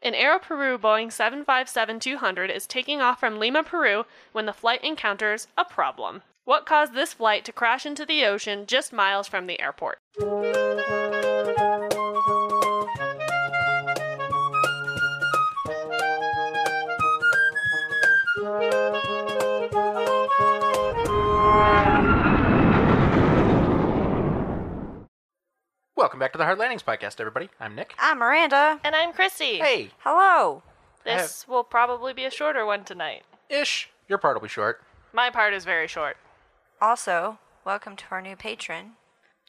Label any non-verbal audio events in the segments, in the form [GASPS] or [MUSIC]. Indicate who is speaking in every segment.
Speaker 1: An Aero Peru Boeing 757 200 is taking off from Lima, Peru when the flight encounters a problem. What caused this flight to crash into the ocean just miles from the airport?
Speaker 2: Welcome back to the Hard Landings podcast, everybody. I'm Nick.
Speaker 3: I'm Miranda.
Speaker 1: And I'm Christy.
Speaker 2: Hey,
Speaker 3: Hello.
Speaker 1: This will probably be a shorter one tonight.
Speaker 2: ish. Your part will be short.
Speaker 1: My part is very short.
Speaker 3: Also, welcome to our new patron,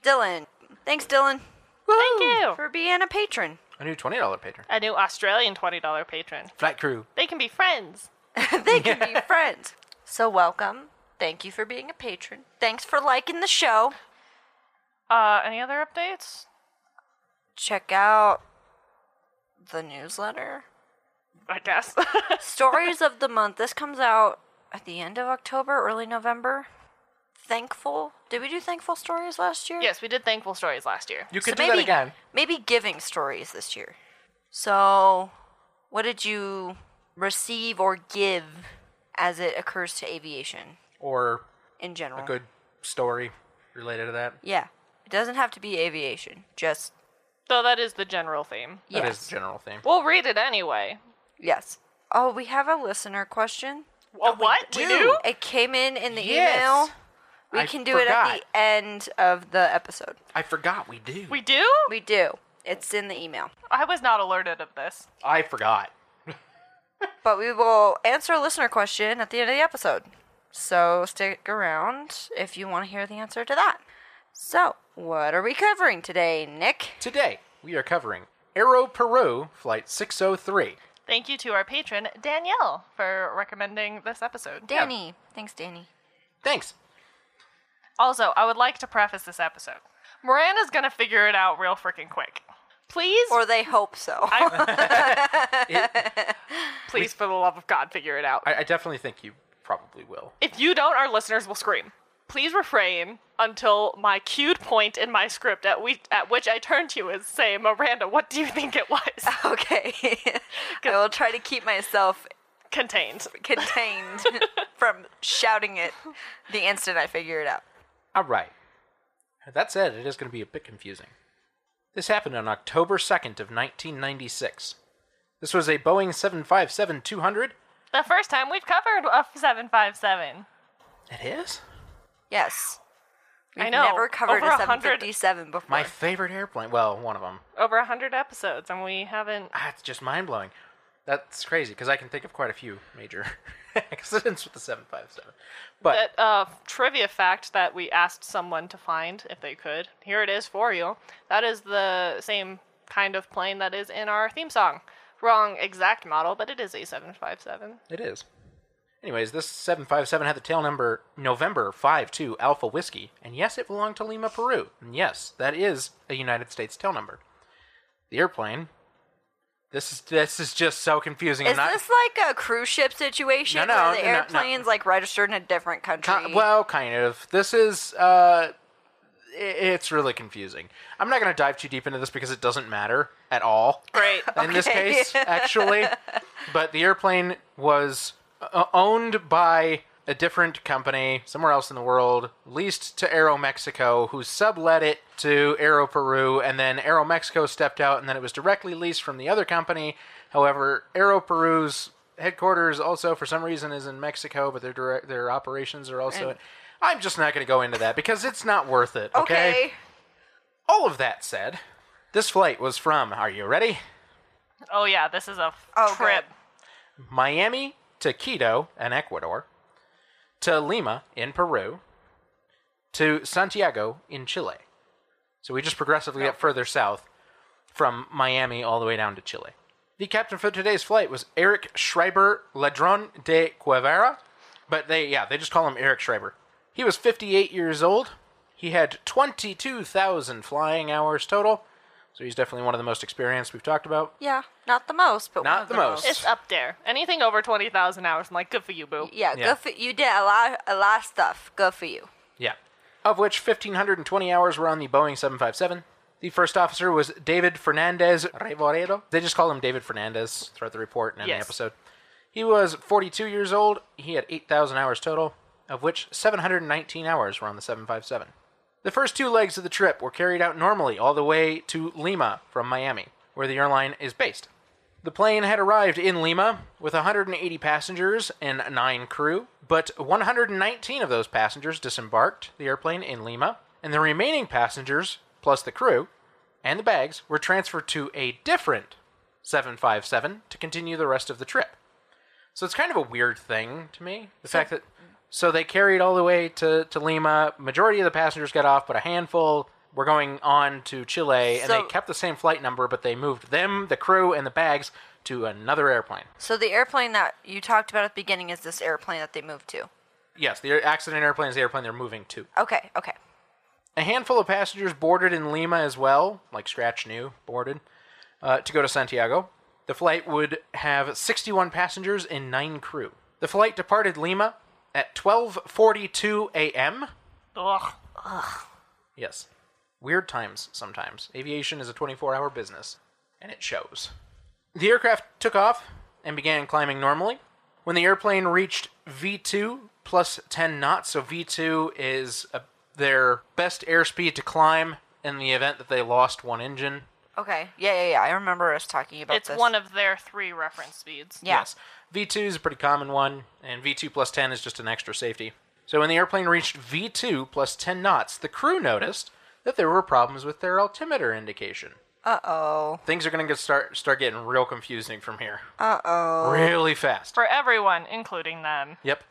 Speaker 3: Dylan. Thanks, Dylan,
Speaker 1: Thank you.
Speaker 3: for being a patron. [LAUGHS]
Speaker 2: A new twenty dollar patron.
Speaker 1: A new Australian $20 patron.
Speaker 2: Flight crew.
Speaker 1: They can be friends.
Speaker 3: they can be friends. So, welcome. Thank you for being a patron. Thanks for liking the show.
Speaker 1: Uh, any other updates?
Speaker 3: Check out the newsletter.
Speaker 1: I guess. [LAUGHS]
Speaker 3: Stories of the month. This comes out at the end of October, early November. Thankful. Did we do thankful stories last year?
Speaker 1: yes, we did thankful stories last year.
Speaker 2: You could do
Speaker 3: so maybe,
Speaker 2: that again.
Speaker 3: Maybe giving stories this year. So, what did you receive or give as it occurs to aviation
Speaker 2: Or
Speaker 3: in general?
Speaker 2: a good story related to that.
Speaker 3: yeah. It doesn't have to be aviation. Just
Speaker 1: Though that is the general theme.
Speaker 3: yes.
Speaker 2: That is the general theme.
Speaker 1: We'll read it anyway.
Speaker 3: Yes. Oh, we have a listener question.
Speaker 1: A what?
Speaker 2: do.
Speaker 3: It came in in the
Speaker 2: Yes.
Speaker 3: email. We
Speaker 2: I
Speaker 3: can do it at
Speaker 2: forgot.
Speaker 3: the end of the episode.
Speaker 2: I forgot we do.
Speaker 1: We do?
Speaker 3: We do. It's in the email.
Speaker 1: I was not alerted of this.
Speaker 2: I forgot.
Speaker 3: But we will answer a listener question at the end of the episode. So stick around if you want to hear the answer to that. So, what are we covering today, Nick?
Speaker 2: Today we are covering Aero Peru Flight 603.
Speaker 1: Thank you to our patron, Danielle, for recommending this episode.
Speaker 3: Danny. Thanks, Danny.
Speaker 2: Thanks.
Speaker 1: Also, I would like to preface this episode. Miranda's gonna figure it out real freaking quick. Please,
Speaker 3: [LAUGHS] Or they hope so.
Speaker 1: please, for the love of God, figure it out.
Speaker 2: I, I definitely think you probably will.
Speaker 1: If you don't, our listeners will scream. Please refrain until my cued point in my script at, we- at which I turn to you and say, Miranda, what do you think it was? [LAUGHS]
Speaker 3: [LAUGHS] okay. I will try to keep myself
Speaker 1: Contained.
Speaker 3: contained [LAUGHS] from shouting it the instant I figure it out.
Speaker 2: All right. That said, it is going to be a bit confusing. This happened on October 2nd of 1996. This was a Boeing 757-200.
Speaker 1: The first time we've covered a 757.
Speaker 2: It is?
Speaker 3: Yes. We've
Speaker 1: I know.
Speaker 3: never covered
Speaker 1: Over
Speaker 3: a
Speaker 1: 100
Speaker 3: 757 before.
Speaker 2: My favorite airplane. Well, one of them.
Speaker 1: Over 100 episodes, and we haven't.
Speaker 2: Ah, it's just mind-blowing. That's crazy because I can think of quite a few major [LAUGHS] accidents with the 757. But
Speaker 1: That uh, trivia fact that we asked someone to find if they could. Here it is for you. That is the same kind of plane that is in our theme song. Wrong exact model, but it is a 757.
Speaker 2: It is. Anyways, this 757 had the tail number November 52 Alpha Whiskey, and yes, it belonged to Lima, Peru. And yes, that is a United States tail number. The airplane. This is this is just so confusing.
Speaker 3: Is
Speaker 2: I'm not,
Speaker 3: this like a cruise ship situation
Speaker 2: No, no,
Speaker 3: where the
Speaker 2: no, no, no.
Speaker 3: airplane's like registered in a different country?
Speaker 2: Ki- well, kind of. This is uh, i- it's really confusing. I'm not going to dive too deep into this because it doesn't matter at all.
Speaker 1: Great.
Speaker 2: in this
Speaker 3: Okay.
Speaker 2: case, actually. but the airplane was uh, owned by a different company somewhere else in the world, leased to Aero Mexico, who sublet it to Aero Peru, and then Aero Mexico stepped out, and then it was directly leased from the other company. However, Aero Peru's headquarters also, for some reason, is in Mexico, but their direct, their operations are also. I'm just not going to go into that because it's not worth it. okay.
Speaker 3: okay.
Speaker 2: All of that said, this flight was from. Are you ready?
Speaker 1: Oh, yeah, this is a f-
Speaker 3: Oh,
Speaker 1: trip.
Speaker 3: good.
Speaker 2: Miami to Quito in Ecuador, to Lima in Peru, to Santiago in Chile. So we just progressively get further south from Miami all the way down to Chile. The captain for today's flight was Eric Schreiber Ladron de Cuevara, but they yeah, they just call him Eric Schreiber. He was 58 years old. He had 22,000 flying hours total. So he's definitely one of the most experienced we've talked about.
Speaker 3: Yeah, not the most, but
Speaker 2: Not
Speaker 3: one of
Speaker 2: the
Speaker 3: the,
Speaker 2: most.
Speaker 1: It's up there. Anything over 20,000 hours, I'm like, good for you, boo.
Speaker 3: Yeah,
Speaker 2: Yeah.
Speaker 3: good for you. Did a lot, a lot of stuff. Good for you.
Speaker 2: Yeah. Of which 1,520 hours were on the Boeing 757, The first officer was David Fernandez Revoredo. They just call him David Fernandez throughout the report and in the
Speaker 1: Yes.
Speaker 2: episode. He was 42 years old. He had 8,000 hours total, of which 719 hours were on the 757. The first two legs of the trip were carried out normally all the way to Lima from Miami, where the airline is based. The plane had arrived in Lima with 180 passengers and 9 crew, but 119 of those passengers disembarked the airplane in Lima, and the remaining passengers, plus the crew and the bags, were transferred to a different 757 to continue the rest of the trip. So it's kind of a weird thing to me. The fact that so they carried all the way to, to Lima. Majority of the passengers got off, but a handful were going on to Chile, and
Speaker 3: So-
Speaker 2: they kept the same flight number, but they moved them, the crew, and the bags to another airplane.
Speaker 3: So the airplane that you talked about at the beginning is this airplane that they moved to.
Speaker 2: Yes, the air- accident airplane is the airplane they're moving to.
Speaker 3: Okay, okay.
Speaker 2: A handful of passengers boarded in Lima as well, like Scratch knew, boarded, uh, to go to Santiago. The flight would have 61 passengers and 9 crew. The flight departed Lima at 12:42 a.m.
Speaker 1: Ugh.
Speaker 2: Yes. Weird times sometimes. Aviation is a 24 hour business, and it shows. The aircraft took off and began climbing normally. When the airplane reached V2 plus 10 knots, so V2 is uh their best airspeed to climb in the event that they lost one engine.
Speaker 3: Okay. Yeah, yeah, yeah. I remember us talking about
Speaker 1: It's
Speaker 3: this.
Speaker 1: one of their three reference speeds.
Speaker 3: Yeah.
Speaker 2: Yes. V2 is a pretty common one, and V2 plus 10 is just an extra safety. So when the airplane reached V2 plus 10 knots, the crew noticed that there were problems with their altimeter indication.
Speaker 3: Uh-oh.
Speaker 2: things are going to start start getting real confusing from here
Speaker 3: Uh-oh.
Speaker 2: really fast
Speaker 1: For everyone, including them.
Speaker 2: yep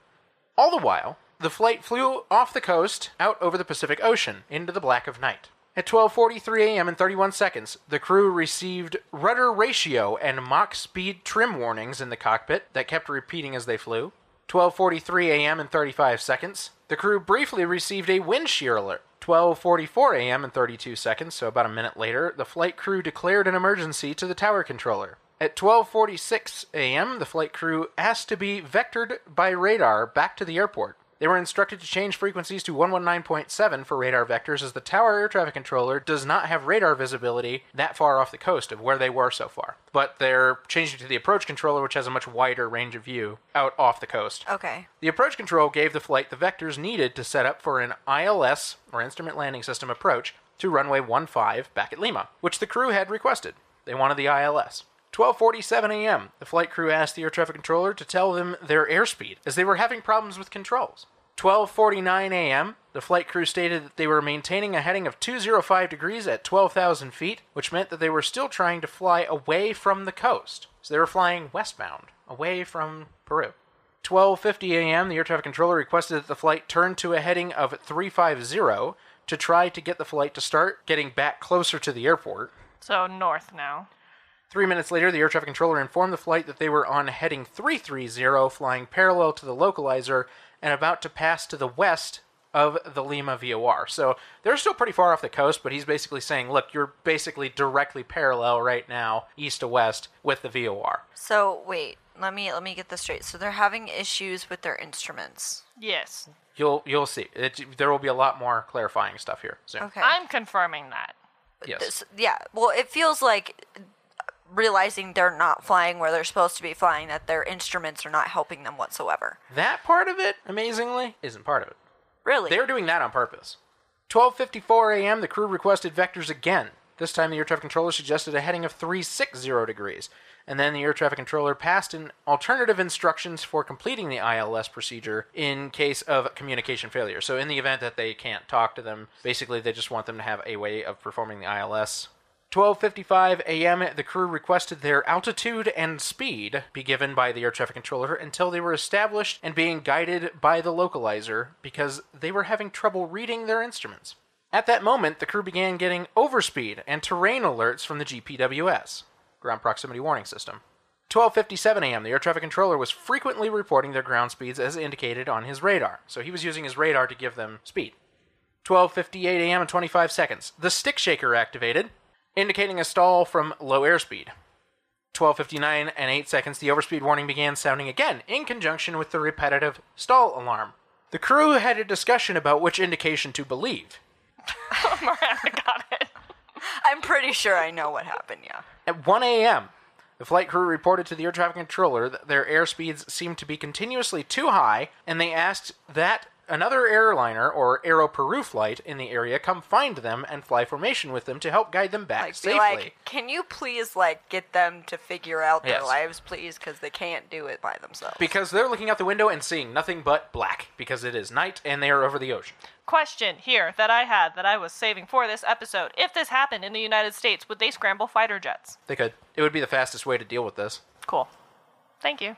Speaker 2: all the while the flight flew off the coast out over the pacific ocean into the black of night at 12:43 a.m. and 31 seconds the crew received rudder ratio and mock speed trim warnings in the cockpit that kept repeating as they flew 12:43 a.m. and 35 seconds the crew briefly received a wind shear alert 12:44 a.m. and 32 seconds, so about a minute later, the flight crew declared an emergency to the tower controller. At 12:46 a.m., the flight crew asked to be vectored by radar back to the airport. They were instructed to change frequencies to 119.7 for radar vectors as the tower air traffic controller does not have radar visibility that far off the coast of where they were so far. But they're changing to the approach controller which has a much wider range of view out off the coast.
Speaker 3: Okay.
Speaker 2: The approach control gave the flight the vectors needed to set up for an ILS, or Instrument Landing System, approach to runway 15 back at Lima, which the crew had requested. They wanted the ILS. 12:47 a.m. The flight crew asked the air traffic controller to tell them their airspeed as they were having problems with controls. 12:49 a.m. The flight crew stated that they were maintaining a heading of 205 degrees at 12,000 feet, which meant that they were still trying to fly away from the coast. So they were flying westbound, away from Peru. 12:50 a.m. the air traffic controller requested that the flight turn to a heading of 350 to try to get the flight to start getting back closer to the airport.
Speaker 1: So north now.
Speaker 2: 3 minutes later the air traffic controller informed the flight that they were on heading 330 flying parallel to the localizer and about to pass to the west of the Lima VOR. So they're still pretty far off the coast, but he's basically saying, look, you're basically directly parallel right now east to west with the VOR.
Speaker 3: So, wait. Let me let me get this straight. So they're having issues with their instruments.
Speaker 1: Yes.
Speaker 2: You'll you'll see. It, there will be a lot more clarifying stuff here soon.
Speaker 3: Okay.
Speaker 1: I'm confirming that. [LAUGHS]
Speaker 2: Yes.
Speaker 3: This- yeah. Well, it feels like realizing they're not flying where they're supposed to be flying that their instruments are not helping them whatsoever.
Speaker 2: That part of it, amazingly, isn't part of it.
Speaker 3: Really?
Speaker 2: They were doing that on purpose. 12:54 a.m. The crew requested vectors again. This time, the air traffic controller suggested a heading of 360 degrees, and then the air traffic controller passed in alternative instructions for completing the ILS procedure in case of communication failure. So, in the event that they can't talk to them, basically they just want them to have a way of performing the ILS 12:55 a.m. the crew requested their altitude and speed be given by the air traffic controller until they were established and being guided by the localizer because they were having trouble reading their instruments. At that moment, the crew began getting overspeed and terrain alerts from the GPWS, ground proximity warning system. 12:57 a.m. the air traffic controller was frequently reporting their ground speeds as indicated on his radar. So he was using his radar to give them speed. 12:58 a.m. and 25 seconds. The stick shaker activated, indicating a stall from low airspeed. 12:59 and 8 seconds. The overspeed warning began sounding again in conjunction with the repetitive stall alarm. The crew had a discussion about which indication to believe.
Speaker 1: Miranda got it.
Speaker 3: I'm pretty sure I know what happened, yeah.
Speaker 2: At 1 a.m., the flight crew reported to the air traffic controller that their airspeeds seemed to be continuously too high, and they asked that another airliner or Aero Peru flight in the area come find them and fly formation with them to help guide them back
Speaker 3: Like, be
Speaker 2: safely.
Speaker 3: like, can you please, like, get them to figure out their
Speaker 2: Yes.
Speaker 3: lives, please? Because they can't do it by themselves.
Speaker 2: because they're looking out the window and seeing nothing but black because it is night and they are over the ocean.
Speaker 1: Question here that I had that I was saving for this episode. If this happened in the United States, would they scramble fighter jets?
Speaker 2: They could. It would be the fastest way to deal with this.
Speaker 1: Cool. Thank you.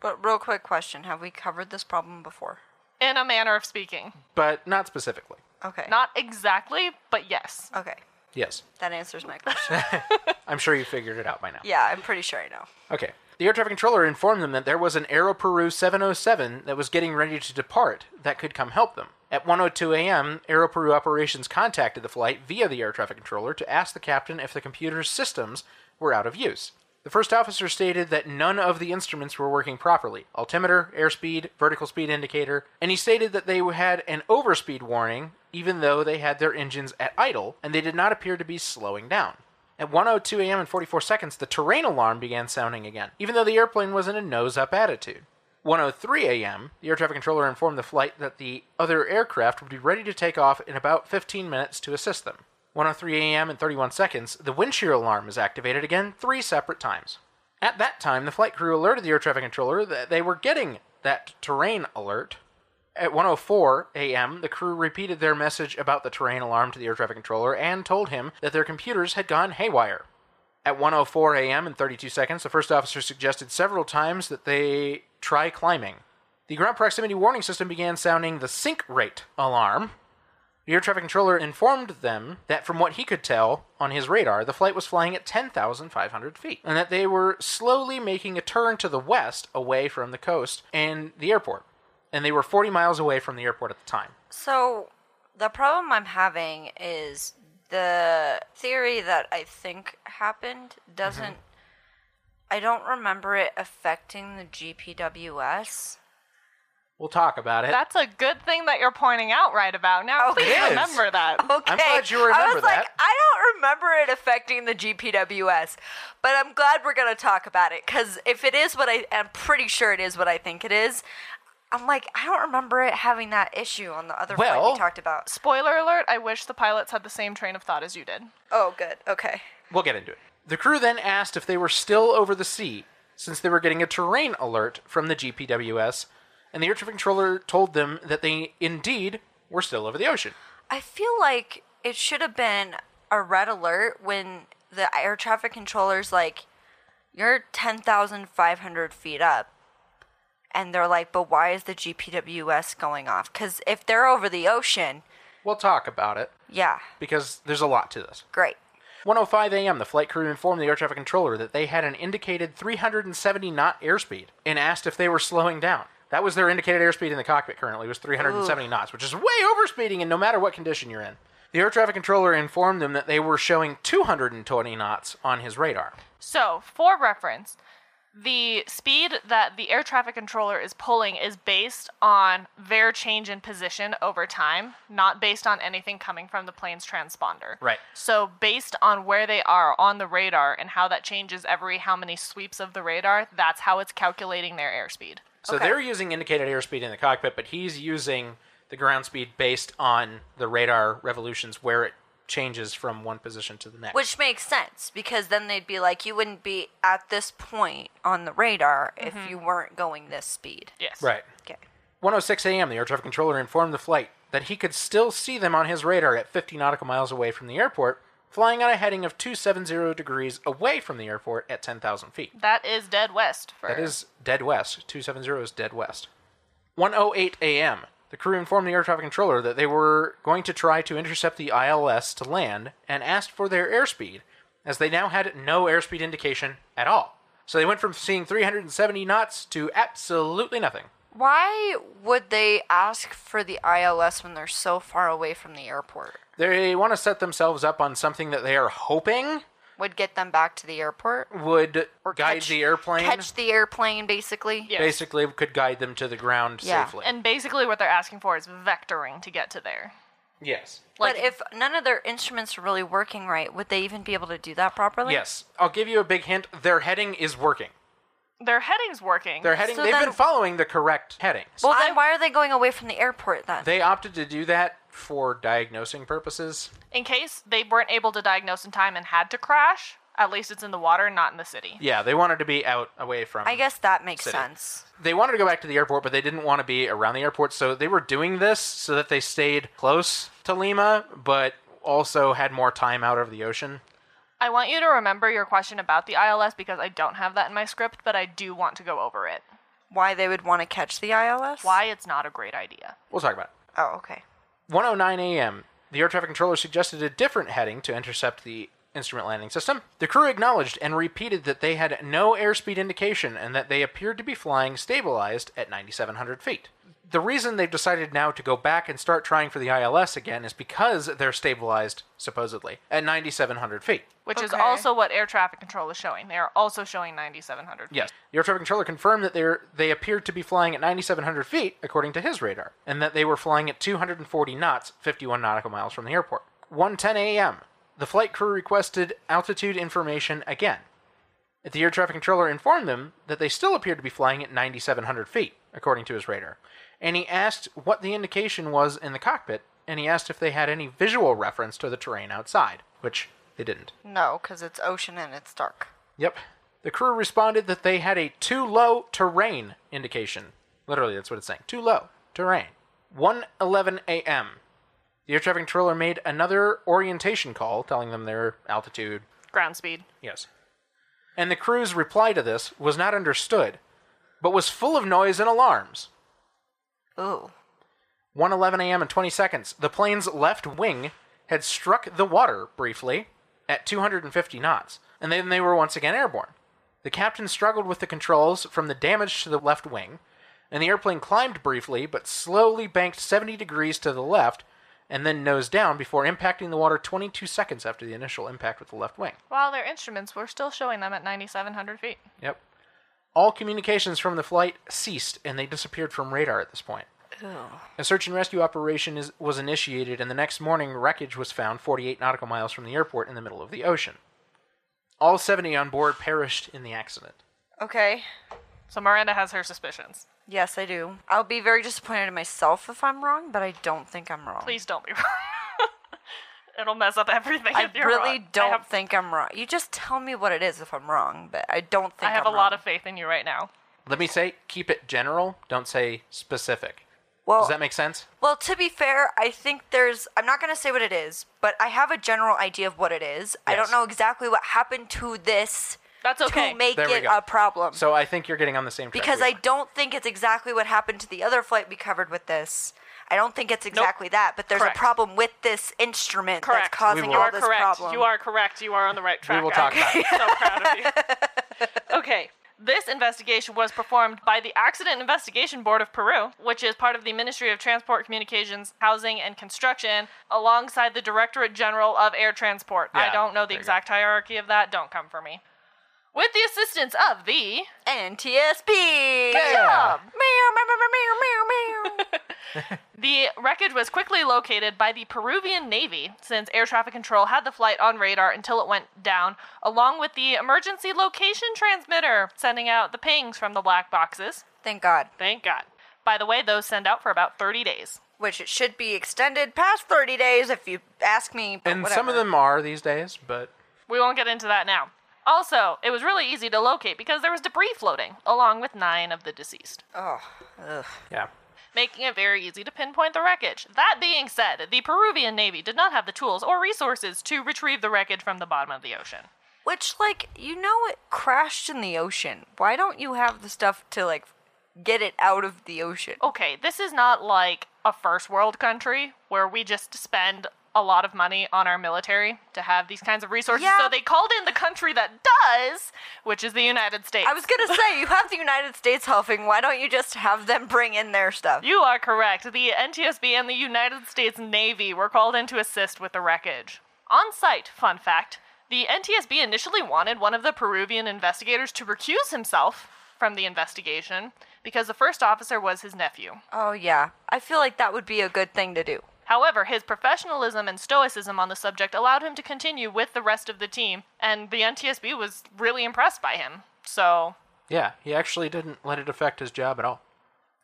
Speaker 3: but, real quick question Have we covered this problem before?
Speaker 1: In a manner of speaking.
Speaker 2: But not specifically.
Speaker 3: Okay.
Speaker 1: Not exactly, but yes.
Speaker 3: okay.
Speaker 2: Yes.
Speaker 3: That answers my question. [LAUGHS]
Speaker 2: I'm sure you figured it out by now.
Speaker 3: yeah, I'm pretty sure I know.
Speaker 2: Okay. The air traffic controller informed them that there was an Aero Peru 707 that was getting ready to depart that could come help them. At 1:02 a.m., Aero Peru operations contacted the flight via the air traffic controller to ask the captain if the computer's systems were out of use. The first officer stated that none of the instruments were working properly altimeter, airspeed, vertical speed indicator, and he stated that they had an overspeed warning even though they had their engines at idle and they did not appear to be slowing down. At 1:02 a.m. and 44 seconds, the terrain alarm began sounding again, even though the airplane was in a nose-up attitude. 1:03 a.m., the air traffic controller informed the flight that the other aircraft would be ready to take off in about 15 minutes to assist them. 1:03 a.m. and 31 seconds, the wind shear alarm is activated again three separate times. At that time, the flight crew alerted the air traffic controller that they were getting that terrain alert. At 1:04 a.m., the crew repeated their message about the terrain alarm to the air traffic controller and told him that their computers had gone haywire. At 1:04 a.m. and 32 seconds, the first officer suggested several times that they try climbing. The ground proximity warning system began sounding the sink rate alarm. The air traffic controller informed them that, from what he could tell on his radar, the flight was flying at 10,500 feet, and that they were slowly making a turn to the west away from the coast and the airport. And they were 40 miles away from the airport at the time.
Speaker 3: So the problem I'm having is the theory that I think happened doesn't.
Speaker 2: Mm-hmm.
Speaker 3: I don't remember it affecting the GPWS.
Speaker 2: We'll talk about it.
Speaker 1: That's a good thing that you're pointing out right about now.
Speaker 3: Oh,
Speaker 1: Please
Speaker 3: it
Speaker 2: is.
Speaker 1: remember that.
Speaker 3: [LAUGHS] Okay.
Speaker 2: glad you
Speaker 3: I
Speaker 2: remember
Speaker 3: was like,
Speaker 2: that.
Speaker 3: I don't remember it affecting the GPWS, but I'm glad we're gonna talk about it because if it is what I, I'm pretty sure it is what I think it is. I'm like, I don't remember it having that issue on the other flight
Speaker 2: Well-
Speaker 3: we talked about.
Speaker 1: Spoiler alert, I wish the pilots had the same train of thought as you did.
Speaker 3: Oh, good. Okay.
Speaker 2: We'll get into it. The crew then asked if they were still over the sea, since they were getting a terrain alert from the GPWS, and the air traffic controller told them that they indeed were still over the ocean.
Speaker 3: I feel like it should have been a red alert when the air traffic controller's like, you're 10,500 feet up. And they're like, but why is the GPWS going off? Because if they're over the ocean,
Speaker 2: We'll talk about it
Speaker 3: yeah,
Speaker 2: because there's a lot to this.
Speaker 3: great.
Speaker 2: 1:05 a.m. The flight crew informed the air traffic controller that they had an indicated 370 knot airspeed and asked if they were slowing down. That was their indicated airspeed in the cockpit currently was 370 knots, which is way overspeeding and no matter what condition you're in. The air traffic controller informed them that they were showing 220 knots on his radar.
Speaker 1: So, for reference, the speed that the air traffic controller is pulling is based on their change in position over time, not based on anything coming from the plane's transponder.
Speaker 2: Right.
Speaker 1: So, based on where they are on the radar and how that changes every how many sweeps of the radar, that's how it's calculating their airspeed.
Speaker 2: So
Speaker 3: Okay.
Speaker 2: they're using indicated airspeed in the cockpit, but he's using the ground speed based on the radar revolutions where it changes from one position to the next.
Speaker 3: Which makes sense because then they'd be like, you wouldn't be at this point on the radar if
Speaker 1: Mm-hmm.
Speaker 3: you weren't going this speed.
Speaker 1: Yes.
Speaker 2: right.
Speaker 3: Okay.
Speaker 2: 106 a.m. The air traffic controller informed the flight that he could still see them on his radar at 50 nautical miles away from the airport, flying on a heading of 270 degrees away from the airport at 10,000 feet.
Speaker 1: That is dead west for
Speaker 2: That is dead west. 270 is dead west. 108 a.m. The crew informed the air traffic controller that they were going to try to intercept the ILS to land and asked for their airspeed, as they now had no airspeed indication at all. So they went from seeing 370 knots to absolutely nothing.
Speaker 3: Why would they ask for the ILS when they're so far away from the airport?
Speaker 2: They want to set themselves up on something that they are hoping
Speaker 3: Would get them back to the airport?
Speaker 2: would guide
Speaker 3: catch-
Speaker 2: the airplane.
Speaker 3: Catch the airplane, basically.
Speaker 1: Yeah.
Speaker 2: Basically, could guide them to the ground
Speaker 3: Yeah.
Speaker 2: safely.
Speaker 1: And basically, what they're asking for is vectoring to get to there.
Speaker 2: Yes.
Speaker 1: Like,
Speaker 3: but if none of their instruments are really working right, would they even be able to do that properly?
Speaker 2: Yes. I'll give you a big hint. Their heading is working.
Speaker 1: their heading's working.
Speaker 2: Their heading.
Speaker 3: So
Speaker 2: they've
Speaker 3: then-
Speaker 2: been following the correct headings.
Speaker 3: Well,
Speaker 1: I-
Speaker 3: then why are they going away from the airport then?
Speaker 2: they opted to do that for diagnosing purposes.
Speaker 1: in case they weren't able to diagnose in time and had to crash, at least it's in the water, and not in the city.
Speaker 2: Yeah, they wanted to be out away from.
Speaker 3: I guess that makes
Speaker 2: City.
Speaker 3: sense.
Speaker 2: they wanted to go back to the airport, but they didn't want to be around the airport, so they were doing this so that they stayed close to Lima, but also had more time out of the ocean.
Speaker 1: I want you to remember your question about the ILS because I don't have that in my script, but I do want to go over it.
Speaker 3: Why they would want to catch the ILS?
Speaker 1: Why it's not a great idea.
Speaker 2: We'll talk about it.
Speaker 3: Oh, okay.
Speaker 2: 109 a.m. The air traffic controller suggested a different heading to intercept the instrument landing system. The crew acknowledged and repeated that they had no airspeed indication and that they appeared to be flying stabilized at 9,700 feet. The reason they've decided now to go back and start trying for the ILS again is because they're stabilized, supposedly, at 9,700 feet.
Speaker 1: Which is
Speaker 3: Okay.
Speaker 1: also what air traffic control is showing. They are also showing 9,700. feet.
Speaker 2: Yes. The air traffic controller confirmed that they're, they appeared to be flying at 9,700 feet, according to his radar, and that they were flying at 240 knots, 51 nautical miles from the airport. 1:10 a.m. The flight crew requested altitude information again. The air traffic controller informed them that they still appeared to be flying at 9,700 feet, according to his radar, and he asked what the indication was in the cockpit, and he asked if they had any visual reference to the terrain outside, which they didn't.
Speaker 3: No, because it's ocean and it's dark.
Speaker 2: Yep. The crew responded that they had a too low terrain indication. Literally, that's what it's saying. Too low terrain. 1:11 a.m. The air traffic controller made another orientation call, telling them their altitude.
Speaker 1: Ground speed.
Speaker 2: Yes. And the crew's reply to this was not understood, but was full of noise and alarms.
Speaker 3: Ooh.
Speaker 2: 1:11 a.m. and 20 seconds. The plane's left wing had struck the water briefly at 250 knots, and then they were once again airborne. The captain struggled with the controls from the damage to the left wing, and the airplane climbed briefly but slowly banked 70 degrees to the left and then nose down before impacting the water 22 seconds after the initial impact with the left wing.
Speaker 1: While their instruments were still showing them at 9,700 feet.
Speaker 2: Yep. All communications from the flight ceased, and they disappeared from radar at this point. A search and rescue operation is, was initiated, and the next morning, wreckage was found 48 nautical miles from the airport in the middle of the ocean. All 70 on board perished in the accident.
Speaker 3: Okay.
Speaker 1: So Miranda has her suspicions.
Speaker 3: Yes, I do. I'll be very disappointed in myself if I'm wrong, but I don't think I'm wrong.
Speaker 1: Please don't be [LAUGHS] wrong. It'll mess up everything
Speaker 3: I
Speaker 1: if you're
Speaker 3: really
Speaker 1: wrong.
Speaker 3: don't
Speaker 1: I have,
Speaker 3: think I'm wrong. You just tell me what it is if I'm wrong, but I don't think
Speaker 1: I have
Speaker 3: I'm
Speaker 1: a lot
Speaker 3: wrong.
Speaker 1: of faith in you right now.
Speaker 2: Let me say, keep it general, don't say specific.
Speaker 3: Well,
Speaker 2: Does that make sense?
Speaker 3: Well, to be fair, I think there's. I'm not going to say what it is, but I have a general idea of what it is. I
Speaker 2: Yes.
Speaker 3: don't know exactly what happened to this
Speaker 1: That's okay.
Speaker 3: to make
Speaker 2: There we
Speaker 3: it
Speaker 2: go.
Speaker 3: a problem.
Speaker 2: So I think you're getting on the same track.
Speaker 3: because
Speaker 2: we
Speaker 3: I
Speaker 2: are.
Speaker 3: don't think it's exactly what happened to the other flight we covered with this. I don't think it's exactly that, but there's
Speaker 1: Correct.
Speaker 3: a problem with this instrument
Speaker 1: correct.
Speaker 3: that's causing
Speaker 2: will-
Speaker 1: you
Speaker 3: all
Speaker 1: are
Speaker 3: this
Speaker 1: correct.
Speaker 3: problem.
Speaker 1: You are correct. You are on the right track.
Speaker 2: We will talk
Speaker 1: I'm
Speaker 2: about it.
Speaker 1: so proud of you.
Speaker 3: [LAUGHS]
Speaker 1: okay. This investigation was performed by the Accident Investigation Board of Peru, which is part of the Ministry of Transport, Communications, Housing, and Construction, alongside the Directorate General of Air Transport. I
Speaker 2: Yeah,
Speaker 1: don't know the
Speaker 2: there you go.
Speaker 1: exact hierarchy of that. Don't come for me. With the assistance of the
Speaker 3: NTSB.
Speaker 2: Yeah.
Speaker 3: Meow, meow,
Speaker 1: [LAUGHS]
Speaker 3: meow, meow, meow, meow.
Speaker 1: The wreckage was quickly located by the Peruvian Navy, since air traffic control had the flight on radar until it went down, along with the emergency location transmitter sending out the pings from the black boxes.
Speaker 3: Thank God.
Speaker 1: Thank God. By the way, those send out for about 30 days.
Speaker 3: Which it should be extended past 30 days if you ask me. but
Speaker 2: And some of
Speaker 3: whatever.
Speaker 2: them are these days, but
Speaker 1: We won't get into that now. Also, it was really easy to locate because there was debris floating, along with nine of the deceased,
Speaker 2: yeah.
Speaker 1: making it very easy to pinpoint the wreckage. That being said, the Peruvian Navy did not have the tools or resources to retrieve the wreckage from the bottom of the ocean.
Speaker 3: Which, like, you know, it crashed in the ocean. Why don't you have the stuff to, like, get it out of the ocean?
Speaker 1: okay, this is not like a first world country where we just spend a lot of money on our military to have these kinds of resources.
Speaker 3: Yeah.
Speaker 1: So they called in the country that does, which is the United States.
Speaker 3: I was gonna say, you have the United States helping. Why don't you just have them bring in their stuff?
Speaker 1: you are correct. The NTSB and the United States Navy were called in to assist with the wreckage. On site, fun fact the NTSB initially wanted one of the Peruvian investigators to recuse himself from the investigation because the first officer was his nephew.
Speaker 3: Oh, yeah. I feel like that would be a good thing to do.
Speaker 1: However, his professionalism and stoicism on the subject allowed him to continue with the rest of the team, and the NTSB was really impressed by him. So,
Speaker 2: Yeah, he actually didn't let it affect his job at all.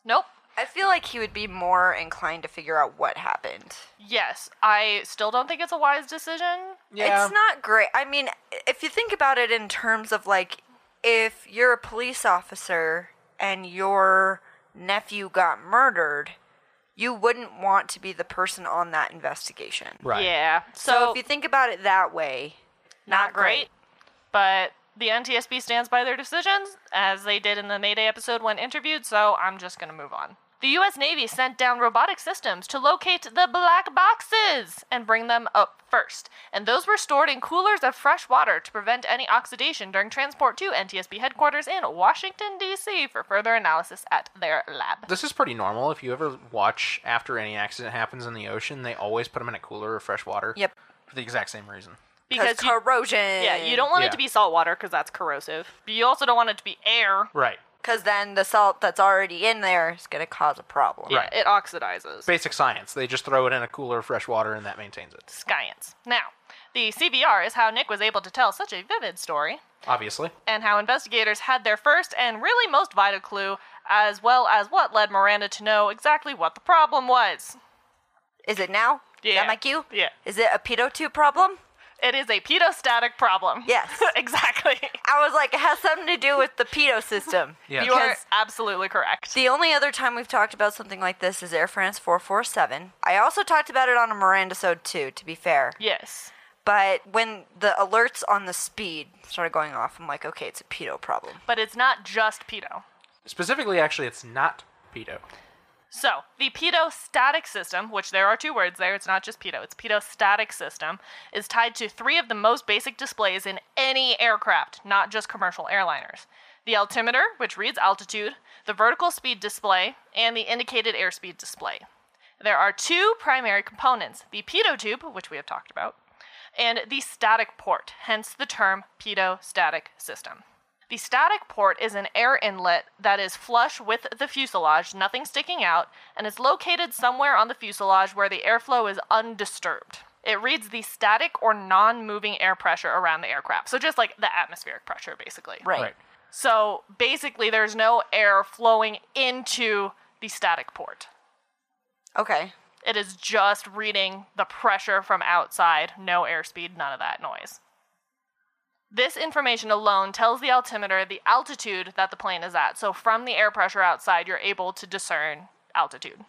Speaker 1: nope.
Speaker 3: I feel like he would be more inclined to figure out what happened.
Speaker 1: Yes, I still don't think it's a wise decision.
Speaker 3: It's not great. I mean, if you think about it in terms of like, if you're a police officer and your nephew got murdered, you wouldn't want to be the person on that investigation.
Speaker 2: right.
Speaker 1: Yeah. So,
Speaker 3: So if you think about it that way,
Speaker 1: not great, but the NTSB stands by their decisions, as they did in the Mayday episode when interviewed, so I'm just going to move on. The U.S. Navy sent down robotic systems to locate the black boxes and bring them up first, and those were stored in coolers of fresh water to prevent any oxidation during transport to NTSB headquarters in Washington, D.C. for further analysis at their lab.
Speaker 2: This is pretty normal. If you ever watch after any accident happens in the ocean, they always put them in a cooler of fresh water.
Speaker 3: Yep.
Speaker 2: For the exact same reason.
Speaker 3: Because
Speaker 1: you-
Speaker 3: corrosion.
Speaker 1: yeah, you don't want
Speaker 2: Yeah.
Speaker 1: it to be salt water because that's corrosive, but you also don't want it to be air.
Speaker 2: Right.
Speaker 3: Because then the salt that's already in there is going to cause a problem.
Speaker 2: Right.
Speaker 1: It oxidizes.
Speaker 2: Basic science. They just throw it in a cooler of fresh water and that maintains it.
Speaker 1: Science. Now, the CBR is how Nick was able to tell such a vivid story,
Speaker 2: Obviously.
Speaker 1: and how investigators had their first and really most vital clue, as well as what led Miranda to know exactly what the problem was.
Speaker 3: Is it now? Is
Speaker 1: Yeah.
Speaker 3: that my cue?
Speaker 1: Yeah.
Speaker 3: Is it a E pedo tube problem?
Speaker 1: It is a pedostatic problem.
Speaker 3: Yes.
Speaker 1: [LAUGHS]
Speaker 3: [LAUGHS]
Speaker 1: exactly.
Speaker 3: I was like, it has something to do with the pedo system.
Speaker 2: Yeah.
Speaker 1: You are
Speaker 3: Because-
Speaker 1: absolutely correct.
Speaker 3: The only other time we've talked about something like this is Air France 447. I also talked about it on a Miranda Sode too, to be fair.
Speaker 1: yes.
Speaker 3: But when the alerts on the speed started going off, I'm like, okay, it's a pedo problem.
Speaker 1: But it's not just pedo.
Speaker 2: Specifically, actually, it's not pedo.
Speaker 1: So, the pedostatic system, which there are two words there, it's not just pedo, it's pedostatic system, is tied to three of the most basic displays in any aircraft, not just commercial airliners the altimeter, which reads altitude, the vertical speed display, and the indicated airspeed display. There are two primary components the pedo tube, which we have talked about, and the static port, hence the term pedostatic system. The static port is an air inlet that is flush with the fuselage, nothing sticking out, and is located somewhere on the fuselage where the airflow is undisturbed. It reads the static or non moving air pressure around the aircraft. So, just like the atmospheric pressure, basically.
Speaker 3: Right.
Speaker 2: Right.
Speaker 1: So, basically, there's no air flowing into the static port.
Speaker 3: Okay.
Speaker 1: It is just reading the pressure from outside, no airspeed, none of that noise. This information alone tells the altimeter the altitude that the plane is at. So, from the air pressure outside, you're able to discern altitude.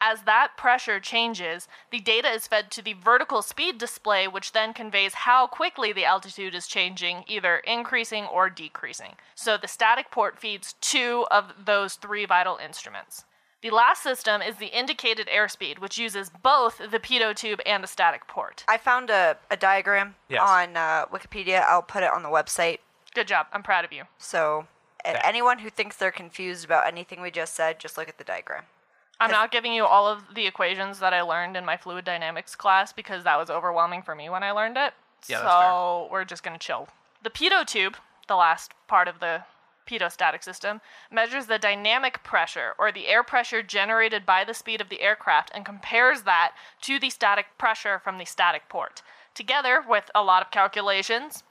Speaker 1: As that pressure changes, the data is fed to the vertical speed display, which then conveys how quickly the altitude is changing, either increasing or decreasing. So the static port feeds two of those three vital instruments. The last system is the indicated airspeed, which uses both the pitot tube and the static port.
Speaker 3: I found a, a diagram
Speaker 2: Yes.
Speaker 3: on uh, Wikipedia. I'll put it on the website.
Speaker 1: Good job. I'm proud of you.
Speaker 3: So uh, anyone who thinks they're confused about anything we just said, just look at the diagram.
Speaker 1: I'm not giving you all of the equations that I learned in my fluid dynamics class because that was overwhelming for me when I learned it.
Speaker 2: Yeah, that's
Speaker 1: so we're just going to chill. The pitot tube, the last part of the pedostatic system, measures the dynamic pressure or the air pressure generated by the speed of the aircraft and compares that to the static pressure from the static port. Together with a lot of calculations,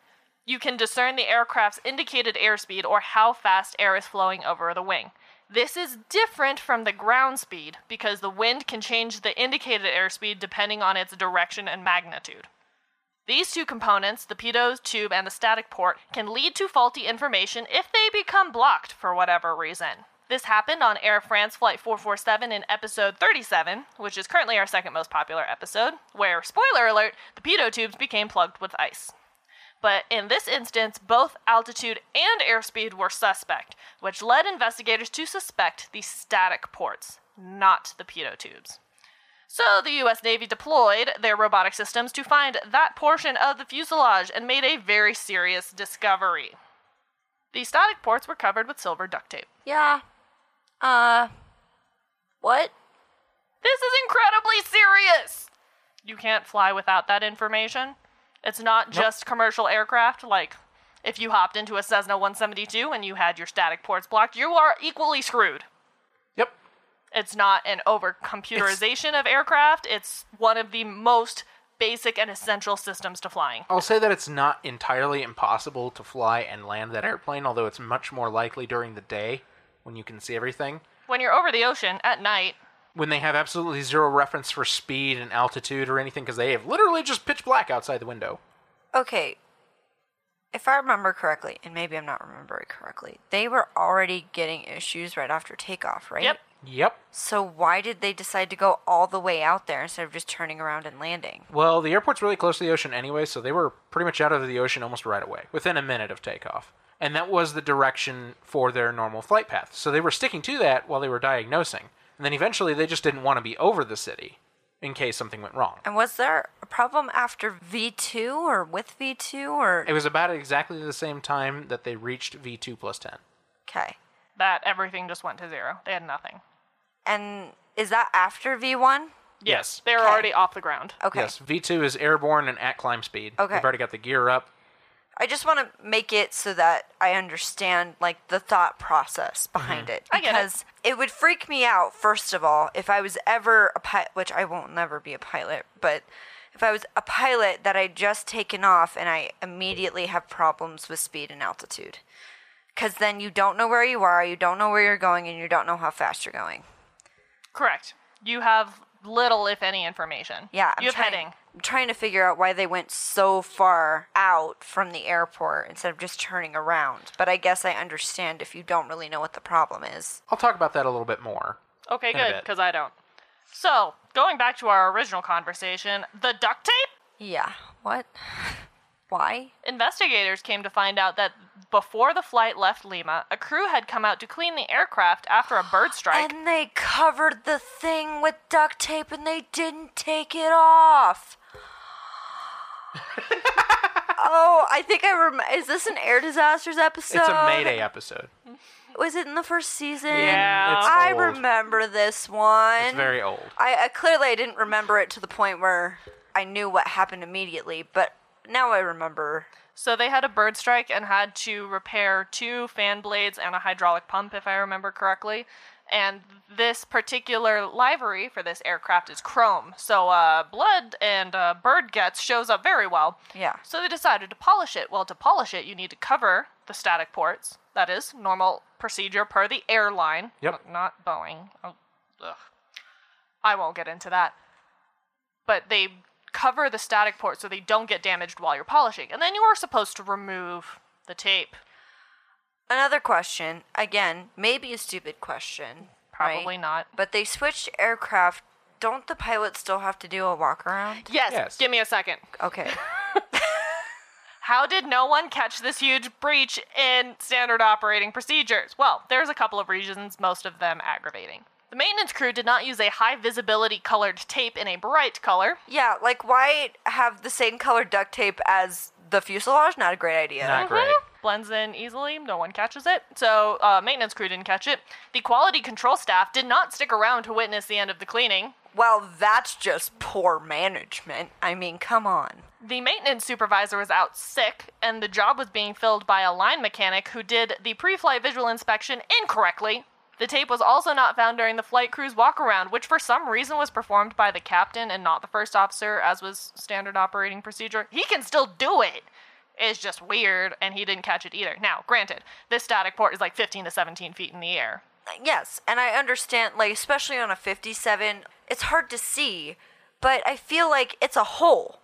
Speaker 1: you can discern the aircraft's indicated airspeed or how fast air is flowing over the wing. This is different from the ground speed because the wind can change the indicated airspeed depending on its direction and magnitude. These two components, the pitot tube and the static port, can lead to faulty information if they become blocked for whatever reason. This happened on Air France Flight 447 in episode 37, which is currently our second most popular episode, where, spoiler alert, the pitot tubes became plugged with ice. But in this instance, both altitude and airspeed were suspect, which led investigators to suspect the static ports, not the pitot tubes. So the US Navy deployed their robotic systems to find that portion of the fuselage and made a very serious discovery. The static ports were covered with silver duct tape.
Speaker 3: Yeah. Uh, what?
Speaker 1: This is incredibly serious! You can't fly without that information. It's not just commercial aircraft. Like, if you hopped into a Cessna 172 and you had your static ports blocked, you are equally screwed.
Speaker 2: Yep.
Speaker 1: It's not an over computerization of aircraft. It's one of the most basic and essential systems to flying.
Speaker 2: I'll say that it's not entirely impossible to fly and land that airplane, although it's much more likely during the day when you can see everything.
Speaker 1: When you're over the ocean at night,
Speaker 2: When they have absolutely zero reference for speed and altitude or anything, because they have literally just pitch black outside the window.
Speaker 3: Okay. If I remember correctly, and maybe I'm not remembering correctly, they were already getting issues right after takeoff, right?
Speaker 1: Yep.
Speaker 2: Yep.
Speaker 3: So why did they decide to go all the way out there instead of just turning around and landing?
Speaker 2: Well, the airport's really close to the ocean anyway, so they were pretty much out of the ocean almost right away, within a minute of takeoff. And that was the direction for their normal flight path. So they were sticking to that while they were diagnosing. And then eventually they just didn't want to be over the city in case something went wrong.
Speaker 3: And was there a problem after V2 or with V2 or
Speaker 2: It was about at exactly the same time that they reached V2 plus 10.
Speaker 3: okay?
Speaker 1: that everything just went to zero. They had nothing.
Speaker 3: And is that after V1?
Speaker 2: Yes.
Speaker 1: They were
Speaker 3: Okay.
Speaker 1: already off the ground.
Speaker 3: Okay.
Speaker 2: Yes, V2 is airborne and at climb speed.
Speaker 3: Okay.
Speaker 2: We've already got the gear up.
Speaker 3: I just want to make it so that I understand like the thought process behind it
Speaker 1: Mm-hmm. I get it.
Speaker 3: because it. would freak me out first of all if I was ever a pilot, which I won't never be a pilot, but if I was a pilot that I just taken off and I immediately have problems with speed and altitude. Cuz then you don't know where you are, you don't know where you're going and you don't know how fast you're going.
Speaker 1: Correct. You have little, if any, information.
Speaker 3: Yeah, I'm
Speaker 1: you have
Speaker 3: trying,
Speaker 1: heading.
Speaker 3: I'm trying to figure out why they went so far out from the airport instead of just turning around. But I guess I understand if you don't really know what the problem is.
Speaker 2: I'll talk about that a little bit more.
Speaker 1: Okay,
Speaker 2: In a
Speaker 1: good,
Speaker 2: bit.
Speaker 1: because I don't. So, going back to our original conversation, the duct tape?
Speaker 3: Yeah. What? [LAUGHS] why?
Speaker 1: Investigators came to find out that before the flight left Lima, a crew had come out to clean the aircraft after a
Speaker 2: [GASPS]
Speaker 1: bird strike.
Speaker 3: And they covered the thing with duct tape and they didn't take it [LAUGHS] off. oh, I think I remember. Is this an air disasters episode?
Speaker 2: It's a Mayday episode.
Speaker 3: Was it in the first season?
Speaker 1: Yeah.
Speaker 2: It's
Speaker 3: I
Speaker 2: old.
Speaker 3: remember this one.
Speaker 2: It's very old.
Speaker 3: I, I clearly I didn't remember it to the point where I knew what happened immediately, but now I remember.
Speaker 1: So they had a bird strike and had to repair two fan blades and a hydraulic pump, if I remember correctly. And this particular livery for this aircraft is chrome, so uh, blood and uh, bird guts shows up very well.
Speaker 3: Yeah.
Speaker 1: So they decided to polish it. Well, to polish it, you need to cover the static ports. That is normal procedure per the airline.
Speaker 2: Yep.
Speaker 1: N- Not Boeing. Oh, ugh. I won't get into that. But they cover the static ports so they don't get damaged while you're polishing. And then you are supposed to remove the tape.
Speaker 3: Another question, again, maybe a stupid question. right?
Speaker 1: Probably not.
Speaker 3: But they switched aircraft. Don't the pilots still have to do a walk around?
Speaker 1: Yes,
Speaker 2: Yes.
Speaker 1: give me a second. [LAUGHS]
Speaker 3: Okay.
Speaker 1: How did no one catch this huge breach in standard operating procedures? Well, there's a couple of reasons, most of them aggravating. The maintenance crew did not use a high visibility colored tape in a bright color.
Speaker 3: yeah, like why have the same color duct tape as the fuselage? Not a great idea.
Speaker 2: Not great.
Speaker 1: Mm-hmm. Blends in easily, no one catches it. So, uh, maintenance crew didn't catch it. The quality control staff did not stick around to witness the end of the cleaning.
Speaker 3: Well, that's just poor management. I mean, come on.
Speaker 1: The maintenance supervisor was out sick, and the job was being filled by a line mechanic who did the pre flight visual inspection incorrectly. The tape was also not found during the flight crew's walk around, which for some reason was performed by the captain and not the first officer, as was standard operating procedure. He can still do it! It's just weird, and he didn't catch it either. Now, granted, this static port is like 15 to 17 feet in the air.
Speaker 3: Yes, and I understand, like, especially on a 57, it's hard to see, but I feel like it's a hole.